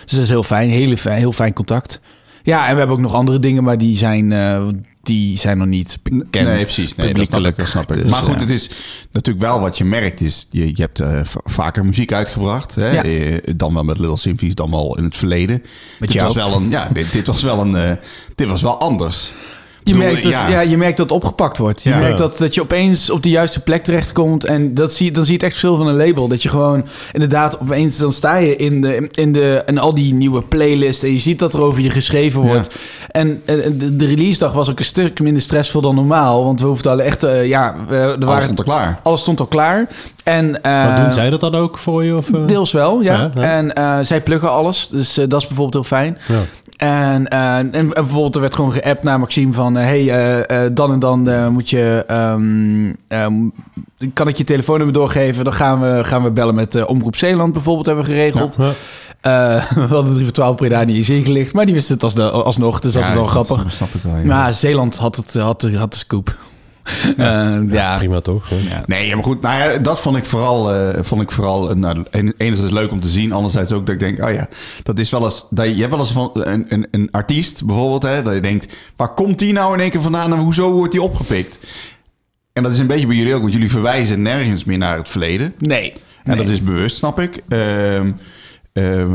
S2: dus dat is heel fijn, hele fijn, heel fijn contact. Ja, en we hebben ook nog andere dingen, maar die zijn, eh, die zijn nog niet bekend.
S3: Nee, precies. Nee, dat snap ik.
S2: publiekelijk.
S3: Dat snap ik.
S2: Dus,
S3: maar goed,
S2: ja.
S3: het is natuurlijk wel wat je merkt. Is, je, je hebt eh, va- vaker muziek uitgebracht. Hè?
S2: Ja.
S3: Eh, dan wel met Little Symphonies, dan wel in het verleden. dit,
S2: jou
S3: was wel een, ja, dit, dit was wel een. eh, dit was wel anders.
S2: Je
S3: bedoel,
S2: merkt, dat, ja.
S3: ja.
S2: je merkt dat het opgepakt wordt. Je
S3: Ja.
S2: merkt dat, dat je opeens op de juiste plek terechtkomt. En dat zie, je- dan zie je het echt verschil van een label. Dat je gewoon inderdaad opeens dan sta je in, de, in, de, in al die nieuwe playlists. En je ziet dat er over je geschreven wordt. En, eh, de, de release dag was ook een stuk minder stressvol dan normaal. Want we hoefden al echt... eh, ja, eh, er
S3: Alles
S2: waren,
S3: stond er klaar.
S2: alles stond al klaar. En, eh,
S4: Maar doen zij dat dan ook voor je? Of, eh?
S2: Deels wel, ja.
S4: Ja, ja.
S2: En eh, zij pluggen alles. Dus eh, dat is bijvoorbeeld heel fijn.
S4: Ja.
S2: En, eh, en, en bijvoorbeeld er werd gewoon geappt naar Maxime van... eh, hey, eh, eh, dan en dan eh, moet je... ehm, ehm, kan ik je telefoonnummer doorgeven? Dan gaan we, gaan we bellen met eh, Omroep Zeeland bijvoorbeeld, hebben we geregeld.
S4: Ja.
S2: Eh, we hadden 3 voor 12 Breda niet eens ingelicht. Maar die wisten het als de, alsnog, dus dat is wel grappig.
S3: snap ik wel. ja.
S2: Maar Zeeland had, het, had, de- had de scoop. ja. ja.
S4: Prima toch? hoor.
S3: Nee, ja, maar goed, nou ja, dat vond ik vooral, eh, vond ik vooral eh, nou, en- enerzijds leuk om te zien. Anderzijds ook dat ik denk, oh ja, dat is wel eens... Dat je, je hebt wel eens van een, een, een artiest bijvoorbeeld, hè, dat je denkt... waar komt die nou in één keer vandaan en hoezo wordt die opgepikt? En dat is een beetje bij jullie ook, want jullie verwijzen nergens meer naar het verleden.
S2: Nee.
S3: En dat is bewust, snap ik. Ehm, ehm,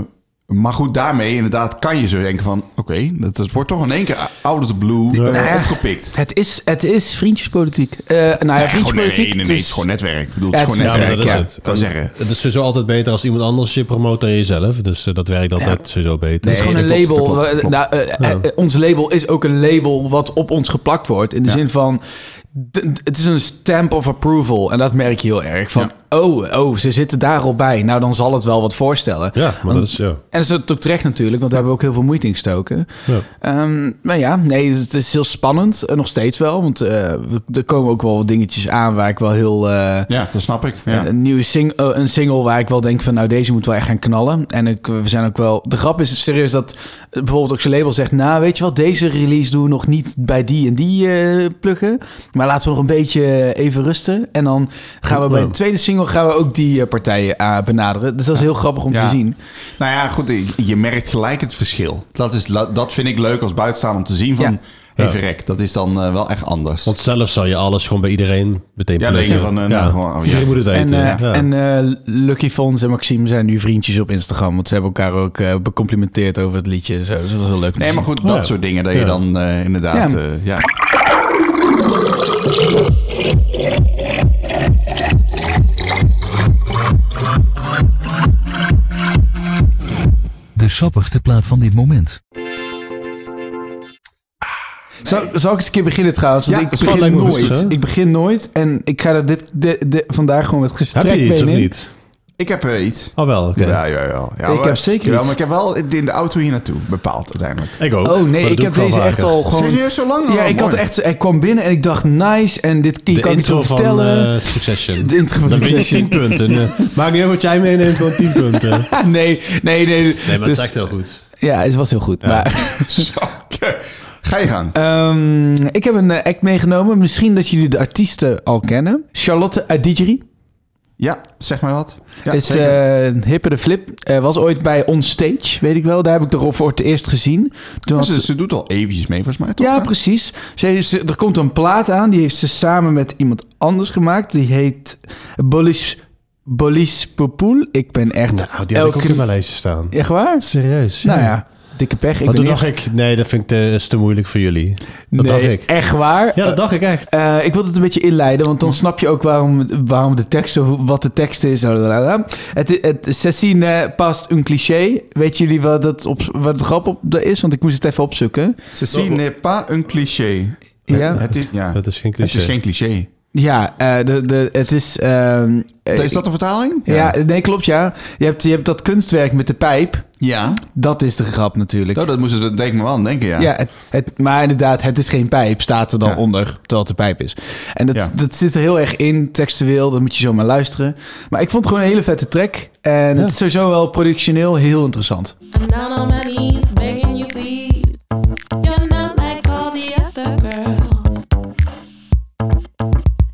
S3: maar goed, daarmee inderdaad kan je zo denken van... oké, dat, dat wordt toch in één keer out of the blue eh,
S2: Nou ja,
S3: opgepikt.
S2: Het is, het is vriendjespolitiek. Eh, nou
S3: Nee,
S2: ja,
S3: gewoon, nee,
S2: vriendjespolitiek.
S3: nee, nee,
S2: het
S3: het
S2: is-
S3: is gewoon netwerk. Ik bedoel,
S2: Ja,
S3: het is
S2: het
S3: gewoon
S2: is-
S4: Ja, maar
S3: netwerk.
S4: dat is
S3: Ja,
S4: het.
S3: Ik wou zeggen.
S4: Het is sowieso altijd beter als iemand anders je promoot dan jezelf. Dus eh, dat werkt altijd sowieso beter.
S2: Het is gewoon
S3: dat
S2: een
S3: klopt,
S2: label.
S3: dat klopt, dat
S2: Nou, eh, eh, eh, ons label is ook een label wat op ons geplakt wordt. In de zin van, d- d- het is een stamp of approval. En dat merk je heel erg. Van, oh, oh, ze zitten daar al bij. Nou, dan zal het wel wat voorstellen.
S4: Ja, maar
S2: Want-
S4: dat is... Ja.
S2: En dat is ook terecht natuurlijk, want daar hebben we ook heel veel moeite in gestoken.
S4: Ja.
S2: Ehm, maar ja, nee, het is heel spannend. eh, Nog steeds wel, want eh, we- er komen ook wel wat dingetjes aan waar ik wel heel... eh,
S3: Ja, dat snap ik. Ja.
S2: Een, een nieuwe sing eh, een single waar ik wel denk van, nou deze moet wel echt gaan knallen. En ik, we zijn ook wel... De grap is serieus dat eh, bijvoorbeeld ook zijn label zegt... Nou, weet je wel, deze release doen we nog niet bij die en die eh, pluggen. Maar laten we nog een beetje eh, even rusten. En dan gaan we bij de tweede single gaan we ook die eh, partijen eh, benaderen. Dus dat is heel grappig om
S3: Ja.
S2: te zien.
S3: Nou ja, goed, je- je merkt gelijk het verschil. Dat, is, la- dat vind ik leuk als buitenstaander om te zien van...
S2: Ja.
S3: Even rek, dat is dan eh, wel echt anders.
S4: Want zelf zou je alles gewoon bij iedereen meteen
S3: Ja,
S4: plukken.
S3: denk je van, eh, nou, gewoon, oh, ja.
S4: Iedereen moet het
S2: En,
S4: eten.
S2: eh,
S4: ja.
S2: en eh, Lucky Fons en Maxime zijn nu vriendjes op Instagram. Want ze hebben elkaar ook eh, becomplimenteerd over het liedje. en Zo. Dus dat was heel leuk. om
S3: nee,
S2: te
S3: maar
S2: zien.
S3: goed, dat
S4: Ja.
S3: soort dingen dat je
S4: Ja.
S3: dan eh, inderdaad...
S2: Ja.
S3: eh, ja.
S8: De sappigste plaat van dit moment.
S2: Zal, zal ik eens een keer beginnen trouwens? Want
S3: Ja,
S2: ik
S3: dat is wel
S2: begin
S4: leuk om te
S2: nooit.
S4: doen, hè?
S2: Ik begin nooit. En ik ga dat dit, dit- dit- vandaag gewoon met
S4: Heb
S2: gestrekt
S4: je iets of
S2: been in.
S4: niet?
S3: Ik heb eh, iets.
S4: Oh wel, oké.
S3: Ja, ja, ja. ja
S2: Ik
S3: maar-
S2: heb zeker
S3: jawel,
S2: iets.
S3: maar ik heb wel het in de auto hier naartoe bepaald uiteindelijk.
S4: Ik ook.
S2: Oh
S4: maar dat
S2: nee,
S4: doe
S2: ik heb
S4: wel
S2: deze echt
S4: vaker.
S2: al gewoon...
S3: Serieus, zo lang al?
S2: Ja, ik had
S3: Mooi.
S2: echt... Ik kwam binnen en ik dacht nice. En dit
S4: De
S2: kan ik
S4: intro
S2: zo
S4: van
S2: vertellen.
S4: eh, Succession.
S2: de intro van
S4: Dan win je
S2: Succession.
S4: 10 punten. Eh, Maakt niet uit wat jij meeneemt, want 10 punten. Nee,
S2: nee, nee, nee. Dus-
S4: heel goed.
S2: Ja, het was heel goed. Maar...
S3: Zo, oké. Ga je gang.
S2: Ehm, ik heb een eh, act meegenomen. Misschien dat jullie de artiesten al kennen. Charlotte Adigiri
S3: Ja, zeg maar wat. Ja,
S2: is
S3: zeker.
S2: eh hippe de flip. Eh, was ooit bij On Stage, weet ik wel. Daar heb ik de rol voor het eerst gezien. Toen had
S3: ze,
S4: dus
S2: ze-
S3: ze doet al eventjes mee, volgens mij, toch?
S2: ja,
S3: hè?
S2: precies. Ze, ze- er komt een plaat aan. Die heeft ze samen met iemand anders gemaakt. Die heet Bolis, Bolis Popoel. Ik ben echt
S4: Nou, die had ik ook
S2: elke...
S4: in mijn lijstje staan.
S2: Echt waar?
S4: Serieus?
S2: Nou ja, dikke pech. Ik
S4: Maar
S2: ben
S4: toen dacht
S2: eerst-
S4: ik, nee, dat vind ik te, is te moeilijk voor jullie. Dat
S2: nee,
S4: dacht ik.
S2: echt waar.
S4: Ja, dat dacht ik echt.
S2: Eh, ik wil het een beetje inleiden, want dan
S3: Mhm.
S2: snap je ook waarom, waarom de tekst, of wat de tekst is. Lalalala. Het, het Cécine past een cliché. Weet jullie wat, dat op, wat de grap op dat is? Want ik moest het even opzoeken.
S3: Ceci n'est pas eh, een cliché.
S2: Ja.
S3: Het, het is, ja.
S4: Dat is geen
S3: Het
S4: cliché.
S3: is geen cliché.
S2: Ja, eh, de, de, het is. ehm, eh,
S3: Is dat de vertaling?
S2: ja, nee, klopt ja. Je hebt, je hebt dat kunstwerk met de pijp.
S3: Ja.
S2: Dat is de grap natuurlijk.
S3: Nou, dat moesten we denk ik me wel aan denken, ja.
S2: Ja, het, het- maar inderdaad, het is geen pijp, staat er dan
S3: Ja.
S2: onder, terwijl het een pijp is. En dat,
S3: Ja.
S2: dat zit er heel erg in, textueel, dat moet je zomaar luisteren. Maar ik vond het gewoon een hele vette track. En het is sowieso wel productioneel heel interessant.
S5: I'm down on my knees, begging you please. You're not like all the other girls.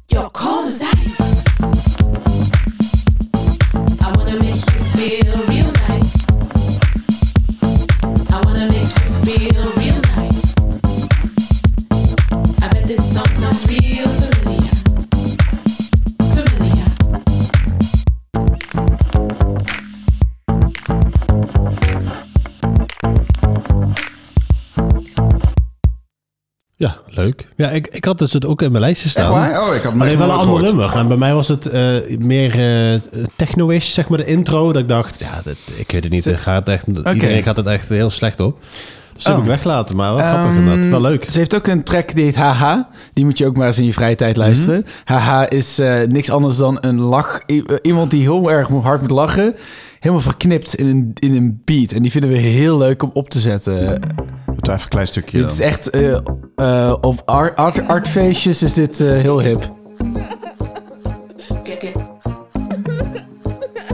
S5: You're cold as ice. I wanna make you feel real nice. I wanna make you feel real nice. I bet this song sounds real familiar. Familiar.
S4: Ja, leuk. Ja, ik, ik had dus het ook in mijn lijstje
S3: Echt
S4: staan.
S3: waar? Oh, ik had hem
S4: Alleen
S3: echt
S4: wel een
S3: nooit
S4: ander
S3: gehoord.
S4: nummer. En bij mij was het eh, meer eh, techno-ish, zeg maar, de intro. Dat ik dacht, ja, dit, ik weet het niet. Het gaat echt, Iedereen gaat het echt heel slecht op. Dus dat
S2: Oh.
S4: heb ik weglaten. Maar wel
S3: Ehm,
S4: grappig inderdaad. Wel leuk.
S2: Ze heeft ook een track die heet Haha. Die moet je ook maar eens in je vrije tijd luisteren. Haha is eh, niks anders dan een lach. i- eh, Iemand die heel erg hard moet lachen. Helemaal verknipt in een, in een beat. En die vinden we heel leuk om op te zetten.
S3: Doe Even een klein stukje
S2: Dit
S3: dan.
S2: is echt eh, eh, op art, art, artfeestjes is dit eh, heel hip.
S5: get, get,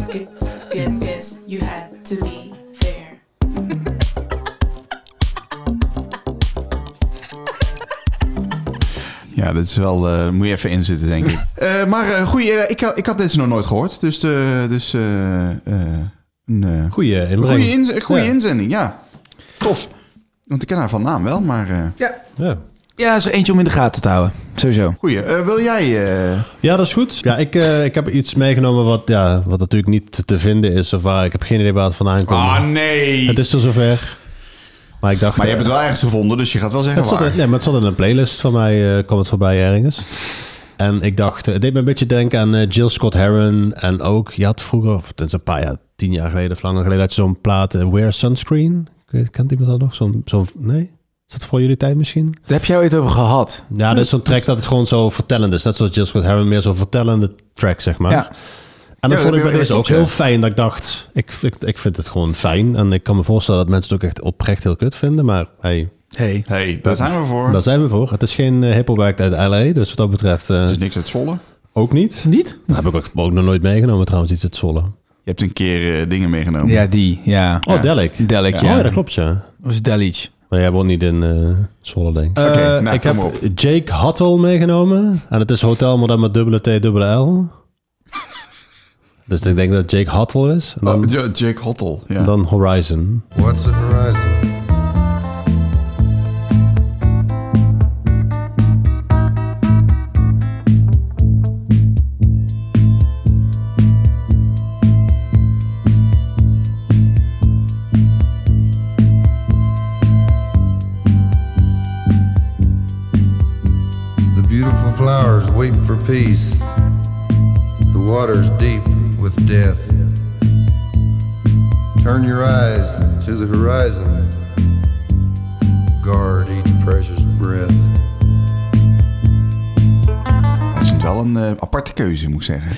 S5: get, get this. You had to be fair.
S3: Ja, dat is wel... eh, moet je even inzitten, denk ik. Eh, maar eh goeie, eh, ik, had- ik had dit nog nooit gehoord. Dus, eh, dus eh, eh, een eh,
S4: Goeie inbreng.
S3: goede inz- goede
S4: Ja.
S3: inzending, ja. Tof. Want ik ken haar van naam wel, maar... eh
S4: Ja.
S2: Ja, is er eentje om in de gaten te houden. Sowieso.
S3: goeie. Eh, wil jij... eh,
S4: Ja, dat is goed. Ja, ik, eh, ik heb iets meegenomen wat, ja, wat natuurlijk niet te vinden is. Of waar ik heb geen idee waar het vandaan komt.
S3: Ah,
S2: Ah,
S3: nee!
S4: Het is er zover. Maar ik dacht...
S3: Maar je
S4: eh,
S3: hebt het wel ergens gevonden, dus je gaat wel zeggen
S4: Het zat
S3: waar.
S4: in, nee, maar het zat in een playlist van mij, eh, kwam het voorbij ergens. En ik dacht, eh, het deed me een beetje denken aan eh, Jill Scott Heron. En ook, je had vroeger, of het is een paar jaar, tien jaar geleden of langer geleden, had je zo'n plaat, eh, Wear Sunscreen. Ik weet- Kent iemand dat nog? Zo'n, zo'n, nee? Is dat voor jullie tijd misschien?
S2: Daar heb jij ooit over gehad.
S4: Ja, dat is zo'n track dat het gewoon zo vertellend is. Net zoals Jill Scott Heron, meer zo'n vertellende track, zeg maar.
S2: Ja.
S4: En
S3: dat
S4: dat vond
S3: heb
S4: ik bij
S3: je
S4: deze
S3: wel
S4: ook
S3: goed,
S4: heel
S3: ja.
S4: fijn. Dat ik dacht, ik, ik, ik vind het gewoon fijn. En ik kan me voorstellen dat mensen het ook echt oprecht heel kut vinden. Maar hey,
S2: Hey.
S3: hey, daar zijn we voor.
S4: daar zijn we voor. Het is geen eh, hippo act uit LA, dus wat dat betreft eh,
S3: Het is niks uit Zwolle.
S4: ook niet.
S2: Niet?
S4: Dat heb ik ook, ook nog nooit meegenomen trouwens, iets uit Zwolle. Oh,
S3: Je hebt een keer eh, dingen meegenomen.
S2: Ja, die. Ja.
S4: ja. Delik.
S2: Delic, ja.
S4: Oh ja, dat klopt ja.
S2: Of is Delic?
S4: Maar jij woont niet in eh, Zwolle, denk ik.
S3: Oké,
S4: Eh,
S3: nou, kom
S4: ik heb
S3: maar op.
S4: Jake Huttel meegenomen. En het is hotel, maar dan met dubbele T, dubbele L. dus ik denk dat Jake Huttel is. En dan,
S3: Oh, Ja, Jake Hottel. Ja.
S4: en dan Horizon.
S9: What's a horizon? The beautiful flowers weep for peace. The water's deep with death. Turn your eyes to the horizon. Guard each precious breath.
S3: Dat is wel een eh, aparte keuze, moet ik zeggen.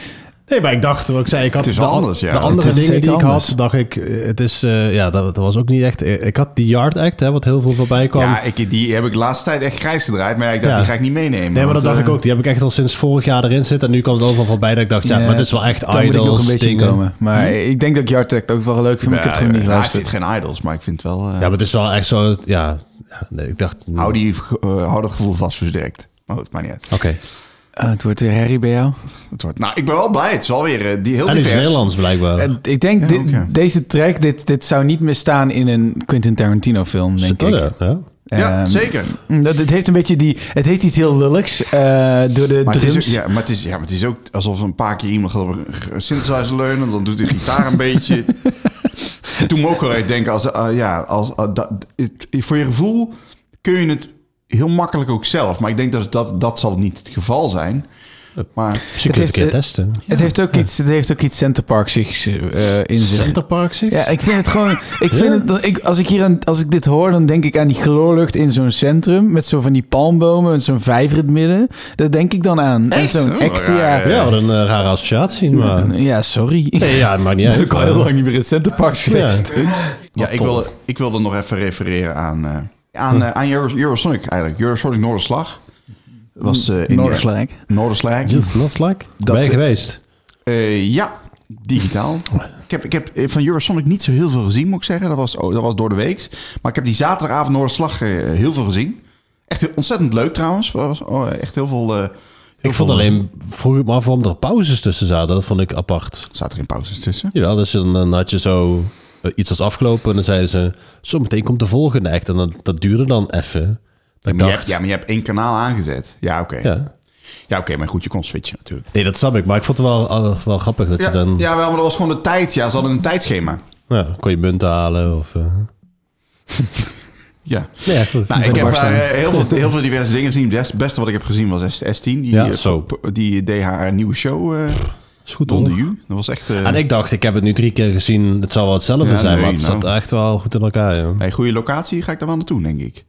S4: Nee, maar ik dacht, wat ik zei, ik had
S3: Het is
S4: de,
S3: wel
S4: an-
S3: anders, ja.
S4: de andere
S2: Het is
S4: dingen die ik
S2: zeker anders.
S4: had, dacht ik, eh, het is, eh, ja, dat, dat was ook niet echt. eh, Ik had die Yard Act, hè, wat heel veel voorbij kwam.
S3: Ja, ik, die heb ik de laatste tijd echt grijs gedraaid, maar ja, ik dacht,
S4: Ja.
S3: die ga ik niet meenemen.
S4: nee, maar dat
S3: want,
S4: dacht
S3: eh,
S4: ik ook. Die heb ik echt al sinds vorig jaar erin zitten. En nu kwam het overal voorbij dat ik dacht, ja, maar het is wel echt
S2: Daar moet ik nog
S4: idols,
S2: een beetje in
S4: dingen.
S2: komen. Maar ik denk dat ik Jartek ook wel leuk vind, maar ik heb het
S3: eh,
S2: gewoon niet
S3: Hm? ja, ik vind
S2: geluisterd.
S3: geen idols, maar ik vind wel... eh,
S4: Ja, maar het is wel echt zo, ja. ja, nee, ik dacht,
S3: hou,
S4: oké.
S3: die, eh, hou dat gevoel vast voor ze direct. Maar goed, maakt niet uit.
S2: Ah, het wordt weer herrie bij jou.
S3: Het wordt, nou, ik ben wel blij. Het is alweer weer eh, die heel
S4: En die is
S3: divers.
S4: Nederlands blijkbaar.
S2: Eh, ik denk,
S3: Ja,
S2: dit-
S3: ook, ja.
S2: deze track, dit, dit zou niet meer staan in een Quentin Tarantino film, denk
S4: Oh,
S2: ik.
S4: ja, ja.
S3: Ja,
S2: Ehm,
S3: zeker.
S2: Dat, het heeft een beetje die... Het heeft iets heel lulligs eh, door de
S3: Maar het,
S2: drums.
S3: is, ook- ja, maar, het is, ja, maar het is ook alsof een paar keer iemand gaat op een g- synthesizer leunen. Dan doet de gitaar een beetje. En toen mocht ik wel echt denken, als, eh, ja, als, eh, dat- het- voor je gevoel kun je het heel makkelijk ook zelf. Maar ik denk dat dat, dat zal niet het geval zijn. Maar
S4: Misschien kun je
S2: heeft,
S4: het een
S2: eh,
S4: keer testen.
S2: Het heeft ook iets, het heeft ook iets Center Park zich eh, in zich.
S4: Center Park 6?
S2: Ja, ik vind het gewoon. Ik vind het, dat ik, als, ik hier aan, als ik dit hoor, dan denk ik aan die gloorlucht in zo'n centrum. Met zo van die palmbomen, met zo'n vijver in het midden. Daar denk ik dan aan.
S3: Echt?
S2: En
S3: Oh,
S2: zo'n act,
S3: raar,
S2: ja.
S3: hè?
S4: Ja, wat een eh, rare associatie, maar...
S2: Ja, sorry.
S4: Nee, ja, het maakt niet uit.
S2: Ik al heel lang niet meer in Center Park geweest.
S3: ja, ik, wilde, ik wilde nog even refereren aan, eh, aan, eh, aan Euro- Eurosonic eigenlijk. Eurosonic Noorderslag. Dat was eh in
S2: Noorderslag.
S3: Noorderslag.
S4: Just not like.
S3: Dat-
S4: ben je geweest?
S3: Eh, ja, digitaal. Ik heb, ik heb eh, van Eurosonic niet zo heel veel gezien, moet ik zeggen. Dat was, oh, dat was door de week. Maar ik heb die zaterdagavond Noorderslag eh, heel veel gezien. Echt heel- ontzettend leuk trouwens. Was, oh, echt heel veel... eh, heel
S4: Ik
S3: veel-
S4: vond alleen, vroeg ik me af waarom er pauzes tussen zaten. Dat vond ik apart.
S3: eh, Zaten er geen pauzes tussen?
S4: Jawel, dus dan, dan had je zo eh, iets als afgelopen en dan zeiden ze, zometeen komt de volgende act. En dat, dat duurde dan even. Dat ik
S3: Maar je
S4: dacht,
S3: hebt, ja, maar je hebt één kanaal aangezet. Ja, oké. Ja,
S4: ja.
S3: oké, maar goed, je kon switchen natuurlijk.
S4: Nee, dat snap ik. Maar ik vond het wel, eh, wel grappig dat
S3: Ja,
S4: je dan...
S3: ja, wel, maar dat was gewoon de tijd. Ja, ze hadden een tijdschema.
S4: Ja, kon je munten halen of... eh,
S3: Ja.
S4: nee, ja, goed.
S3: Nou, ik heb
S2: barst
S3: daar
S2: aan.
S3: eh, heel, veel, heel veel diverse dingen gezien. Het beste wat ik heb gezien was S- S10. Die,
S4: Ja,
S3: eh,
S4: zo.
S3: p- die deed haar nieuwe show, eh
S4: is goed
S3: Don de
S4: hoor.
S3: U. Dat was echt... eh,
S4: En ik dacht, ik heb het nu drie keer gezien. Het zal wel hetzelfde
S3: Ja,
S4: zijn,
S3: nee,
S4: maar het
S3: nou.
S4: zat echt wel goed in elkaar. Ja.
S3: Nee, goede locatie ga ik daar wel naartoe, denk ik.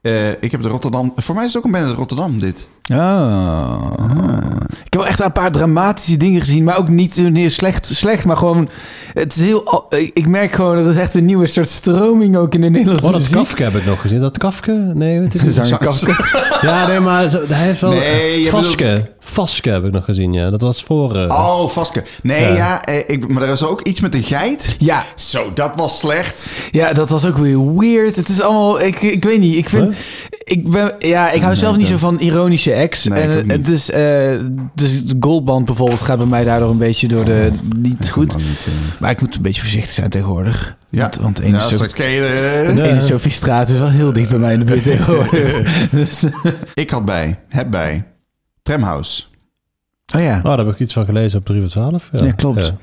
S3: Eh, ik heb de Rotterdam... Voor mij is het ook een band uit Rotterdam, dit.
S2: Oh. Ik heb wel echt een paar dramatische dingen gezien, maar ook niet zozeer slecht, slecht, maar gewoon het is heel. al- Ik ik merk gewoon er is echt een nieuwe soort stroming ook in de Nederlandse
S4: Oh, dat
S2: muziek.
S4: Kafka heb ik nog gezien. Dat Kafka? Nee, weet ik
S2: De
S4: niet.
S2: zanger Kafka.
S4: Ja, nee, maar zo- hij heeft wel...
S3: Nee, je
S4: Vaske.
S3: bedoelt-
S4: Vaske heb ik nog gezien, ja. Dat was voor... eh,
S3: Oh, Vaske. Nee, ja. eh, ik, maar er is ook iets met een geit.
S2: Ja,
S3: Zo, dat was slecht.
S2: ja, dat was ook weer weird. Het is allemaal, ik, ik weet niet. Ik vind, ik ben, ja, ik hou zelf niet zo van ironische acts.
S3: Nee, ik ook
S2: en
S3: niet.
S2: het is, eh, dus de Goldband bijvoorbeeld gaat bij mij daardoor een beetje door de
S3: Oh,
S2: niet goed.
S3: Helemaal niet, eh.
S2: Maar ik moet een beetje voorzichtig zijn tegenwoordig.
S3: Ja,
S2: Want, want de ene
S3: ja,
S2: Sof-
S3: straks ken je de-
S2: de ene Sofiestraat is wel heel dicht bij mij in de buurt tegenwoordig. dus,
S3: Ik had bij, heb bij, Tramhouse.
S2: oh ja.
S4: Oh, daar heb ik iets van gelezen op 3 van 12. Ja,
S2: Ja, klopt.
S4: Ja.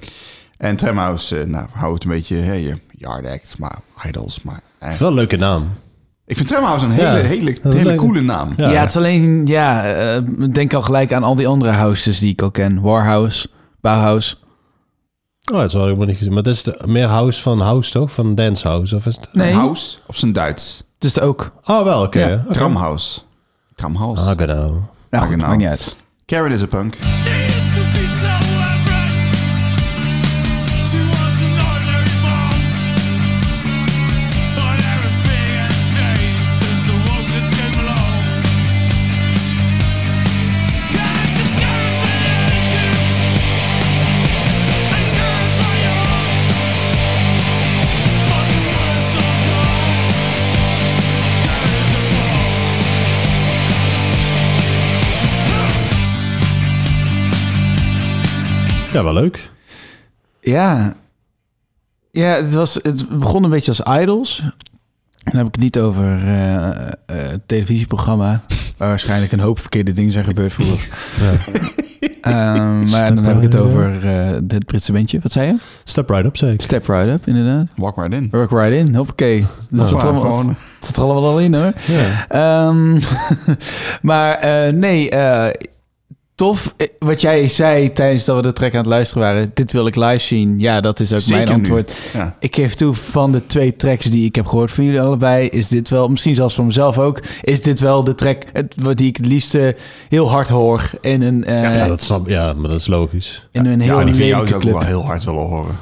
S3: En Tramhouse, eh, nou, hou het een beetje, hè, je Yard Act, maar Idols, maar... eh.
S4: Het is wel een leuke naam.
S3: Ik vind Tramhouse een hele,
S4: Ja,
S3: hele,
S4: dat is
S3: hele
S4: leuk.
S3: coole naam.
S4: Ja.
S2: Ja, het is alleen, ja, eh, denk al gelijk aan al die andere houses die ik al ken. Warhouse, Bauhaus.
S4: Oh, dat is wel helemaal niet gezien. Maar dat is de, meer house van house, toch? Van dance house, of is het?
S2: Nee,
S3: House, op zijn Duits.
S2: dus ook.
S4: Oh, wel, oké.
S2: Ja,
S4: Oké.
S3: Tramhouse. Tramhouse.
S4: Ah, genau.
S2: Nou goed,
S3: Genau.
S2: maakt niet uit.
S3: Karen is a punk.
S4: Ja, wel leuk.
S2: Ja. Ja, het, was, het begon een beetje als Idols. Dan heb ik het niet over eh, eh, het televisieprogramma. Waar waarschijnlijk een hoop verkeerde dingen zijn gebeurd vroeger. Ehm, maar dan heb ik het over eh dit Britse bandje. Wat zei je?
S4: Step right up, zeker.
S2: Step Right Up, inderdaad.
S3: Walk right in.
S2: Work Right In, hoppakee. Dat zit er
S3: Gewoon-
S2: allemaal,
S3: gewoon-
S2: dat zit er allemaal al in hoor.
S4: Ja.
S2: Ehm, maar eh, nee, eh, tof. Eh, Wat jij zei tijdens dat we de track aan het luisteren waren. Dit wil ik live zien. Ja, dat is ook
S3: Zeker
S2: mijn
S3: nu.
S2: antwoord.
S3: Ja.
S2: Ik geef toe, van de twee tracks die ik heb gehoord van jullie allebei... is dit wel, misschien zelfs van mezelf ook... is dit wel de track het- wat die ik het liefst eh, heel hard hoor... in een, eh,
S4: Ja, dat snap, ja, maar dat is logisch.
S2: in een heel
S3: Ja, die van jou zou
S2: lelijke
S3: ik ook wel
S2: club.
S3: heel hard willen horen.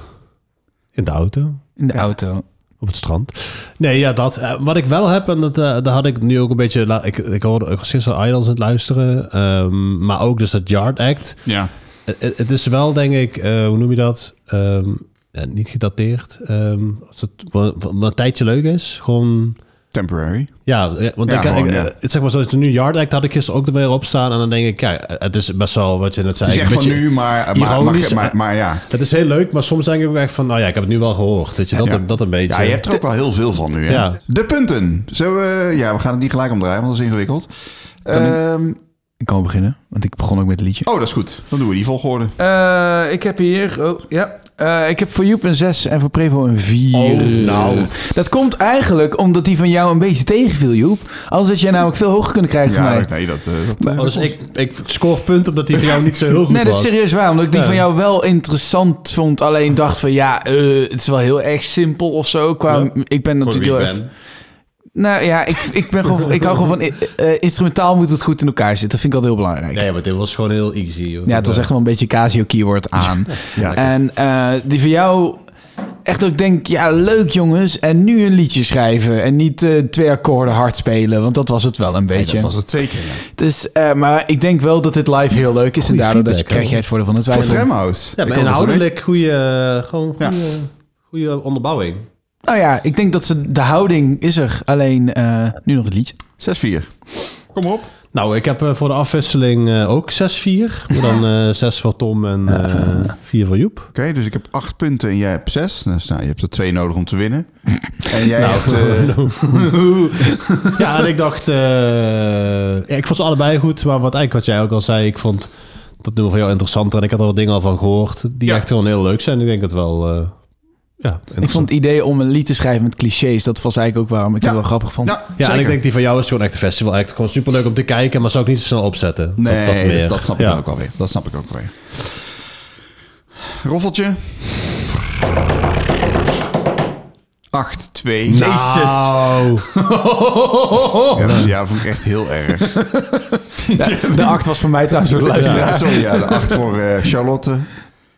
S4: In de auto.
S2: In de auto.
S4: Op het strand. Nee, ja, dat. eh, wat ik wel heb, en dat, eh, daar had ik nu ook een beetje... la- Ik, ik hoorde ik was gisteren Idols aan het luisteren. ehm, maar ook dus dat Yard Act.
S3: Ja.
S4: Eh, eh, Het is wel, denk ik, eh, hoe noem je dat? Ehm, ja, niet gedateerd. Ehm, als het wat, wat een tijdje leuk is. Gewoon...
S3: Temporary.
S4: Ja, ja, want
S3: Ja,
S4: ik,
S3: gewoon,
S4: ik-
S3: ja.
S4: eh, zeg maar zoals nu Yard Act had ik gisteren ook er weer op staan. En dan denk ik, ja, het is best wel wat je net zei.
S3: Het is echt
S4: een
S3: van
S4: beetje-
S3: nu, maar, maar, maar,
S4: ironisch,
S3: maar, maar, ja.
S4: Het is heel leuk, maar soms denk ik ook echt van, nou ja, ik heb het nu wel gehoord. Weet je, dat,
S3: Ja.
S4: dat een beetje.
S3: Ja, je hebt er ook wel heel veel van nu. Hè?
S4: Ja.
S3: De punten. Zo, eh, ja, we gaan het niet gelijk omdraaien, want dat is ingewikkeld. Ehm,
S2: Ik kan wel beginnen, want ik begon ook met het liedje.
S3: oh, dat is goed. Dan doen we die volgorde.
S2: Eh, ik heb hier... Oh, ja. Eh, ik heb voor Joep een 6 en voor Prevo een 4.
S4: Oh, nou.
S2: Dat komt eigenlijk omdat die van jou een beetje tegenviel, Joep. Anders had jij namelijk veel hoger kunnen krijgen van
S3: Ja,
S2: mij.
S3: dat, nee, dat, eh, dat,
S4: Oh, dus ik, ik scoor punten omdat die voor jou niet zo heel goed
S2: Nee, dat is
S4: was.
S2: serieus waar. Omdat ik die
S4: Ja.
S2: van jou wel interessant vond. Alleen dacht van, ja, eh, het is wel heel erg simpel of zo. Qua,
S4: Ja.
S2: Ik ben
S4: Voor
S2: natuurlijk
S4: wie
S2: heel
S4: ik
S2: erg...
S4: ben.
S2: Nou ja, ik, ik, ben gewoon, ik hou gewoon van... eh, eh, instrumentaal moet het goed in elkaar zitten. Dat vind ik altijd heel belangrijk.
S4: Nee, maar dit was gewoon heel easy.
S2: ja, het was echt wel een beetje Casio-keyword aan.
S3: Ja.
S2: En eh, die van jou... Echt dat ik denk, ja, leuk jongens. En nu een liedje schrijven. En niet eh, twee akkoorden hard spelen. Want dat was het wel een
S3: nee,
S2: beetje.
S3: dat was het zeker. Ja.
S2: dus, eh, maar ik denk wel dat dit live heel leuk is. en daardoor dat je,
S4: feedback,
S2: krijg
S4: hè?
S2: je het voordeel van de
S3: Voor
S2: twijfel.
S3: Tramhouse.
S4: Ja,
S3: Ik
S4: maar
S3: hoop dat ze
S4: inhoudelijk goede, gewoon goede, goede onderbouwing.
S2: Nou ja, ik denk dat ze, de houding is er. Alleen eh, nu nog het liedje.
S3: weet. 6-4. Kom op.
S4: Nou, ik heb eh, voor de afwisseling eh, ook 6-4. Maar dan eh 6 voor Tom en eh 4 voor Joep.
S3: Oké, dus ik heb acht punten en jij hebt zes. Dus nou, je hebt er twee nodig om te winnen. En jij
S4: Nou,
S3: hebt... eh,
S4: Ja, en ik dacht... eh, ja, ik vond ze allebei goed. Maar wat eigenlijk wat jij ook al zei, ik vond dat nummer van jou interessanter. En ik had er wat dingen al van gehoord die
S3: Ja.
S4: echt gewoon heel leuk zijn. Ik denk dat wel... eh, ja,
S2: Ik vond
S4: interessant.
S2: het idee om een lied te schrijven met clichés, dat was eigenlijk ook waarom ik
S3: Ja.
S2: het wel grappig vond.
S3: ja,
S4: Ja, en ik
S3: nou, zeker.
S4: denk die van jou is gewoon echt een festival act. Gewoon superleuk om te kijken, maar zou ik niet zo snel opzetten. Dat-
S3: Nee, dat,
S4: meer.
S3: dat, snap ik
S4: Ja.
S3: dan ook wel weer. Dat snap ik ook wel weer. Roffeltje. 8, 2.
S4: Nou,
S3: Ja, dat ja, dat vond ik echt heel erg.
S2: De act was voor mij trouwens voor de luisteraar.
S3: Ja, sorry, ja, de 8 voor eh, Charlotte.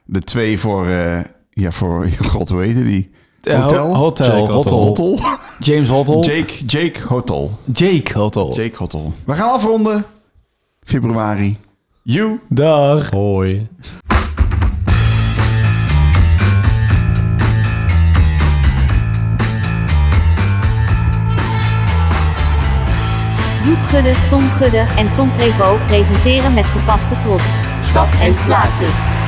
S3: De 2 voor, eh, ja, voor, god, hoe heette die?
S2: Eh, ho-
S3: Hotel?
S2: Hotel.
S4: Jake
S2: Hotel.
S4: Hotel.
S3: Hotel?
S2: James Hotel. Jake,
S3: Jake, Jake Hotel.
S2: Hotel.
S3: Jake Hotel. We gaan afronden. Februari. You.
S2: Dag.
S4: Hoi.
S1: Joep Gudde, Tom Gudde en Tom Prevo presenteren met gepaste trots. Stad en plaatjes.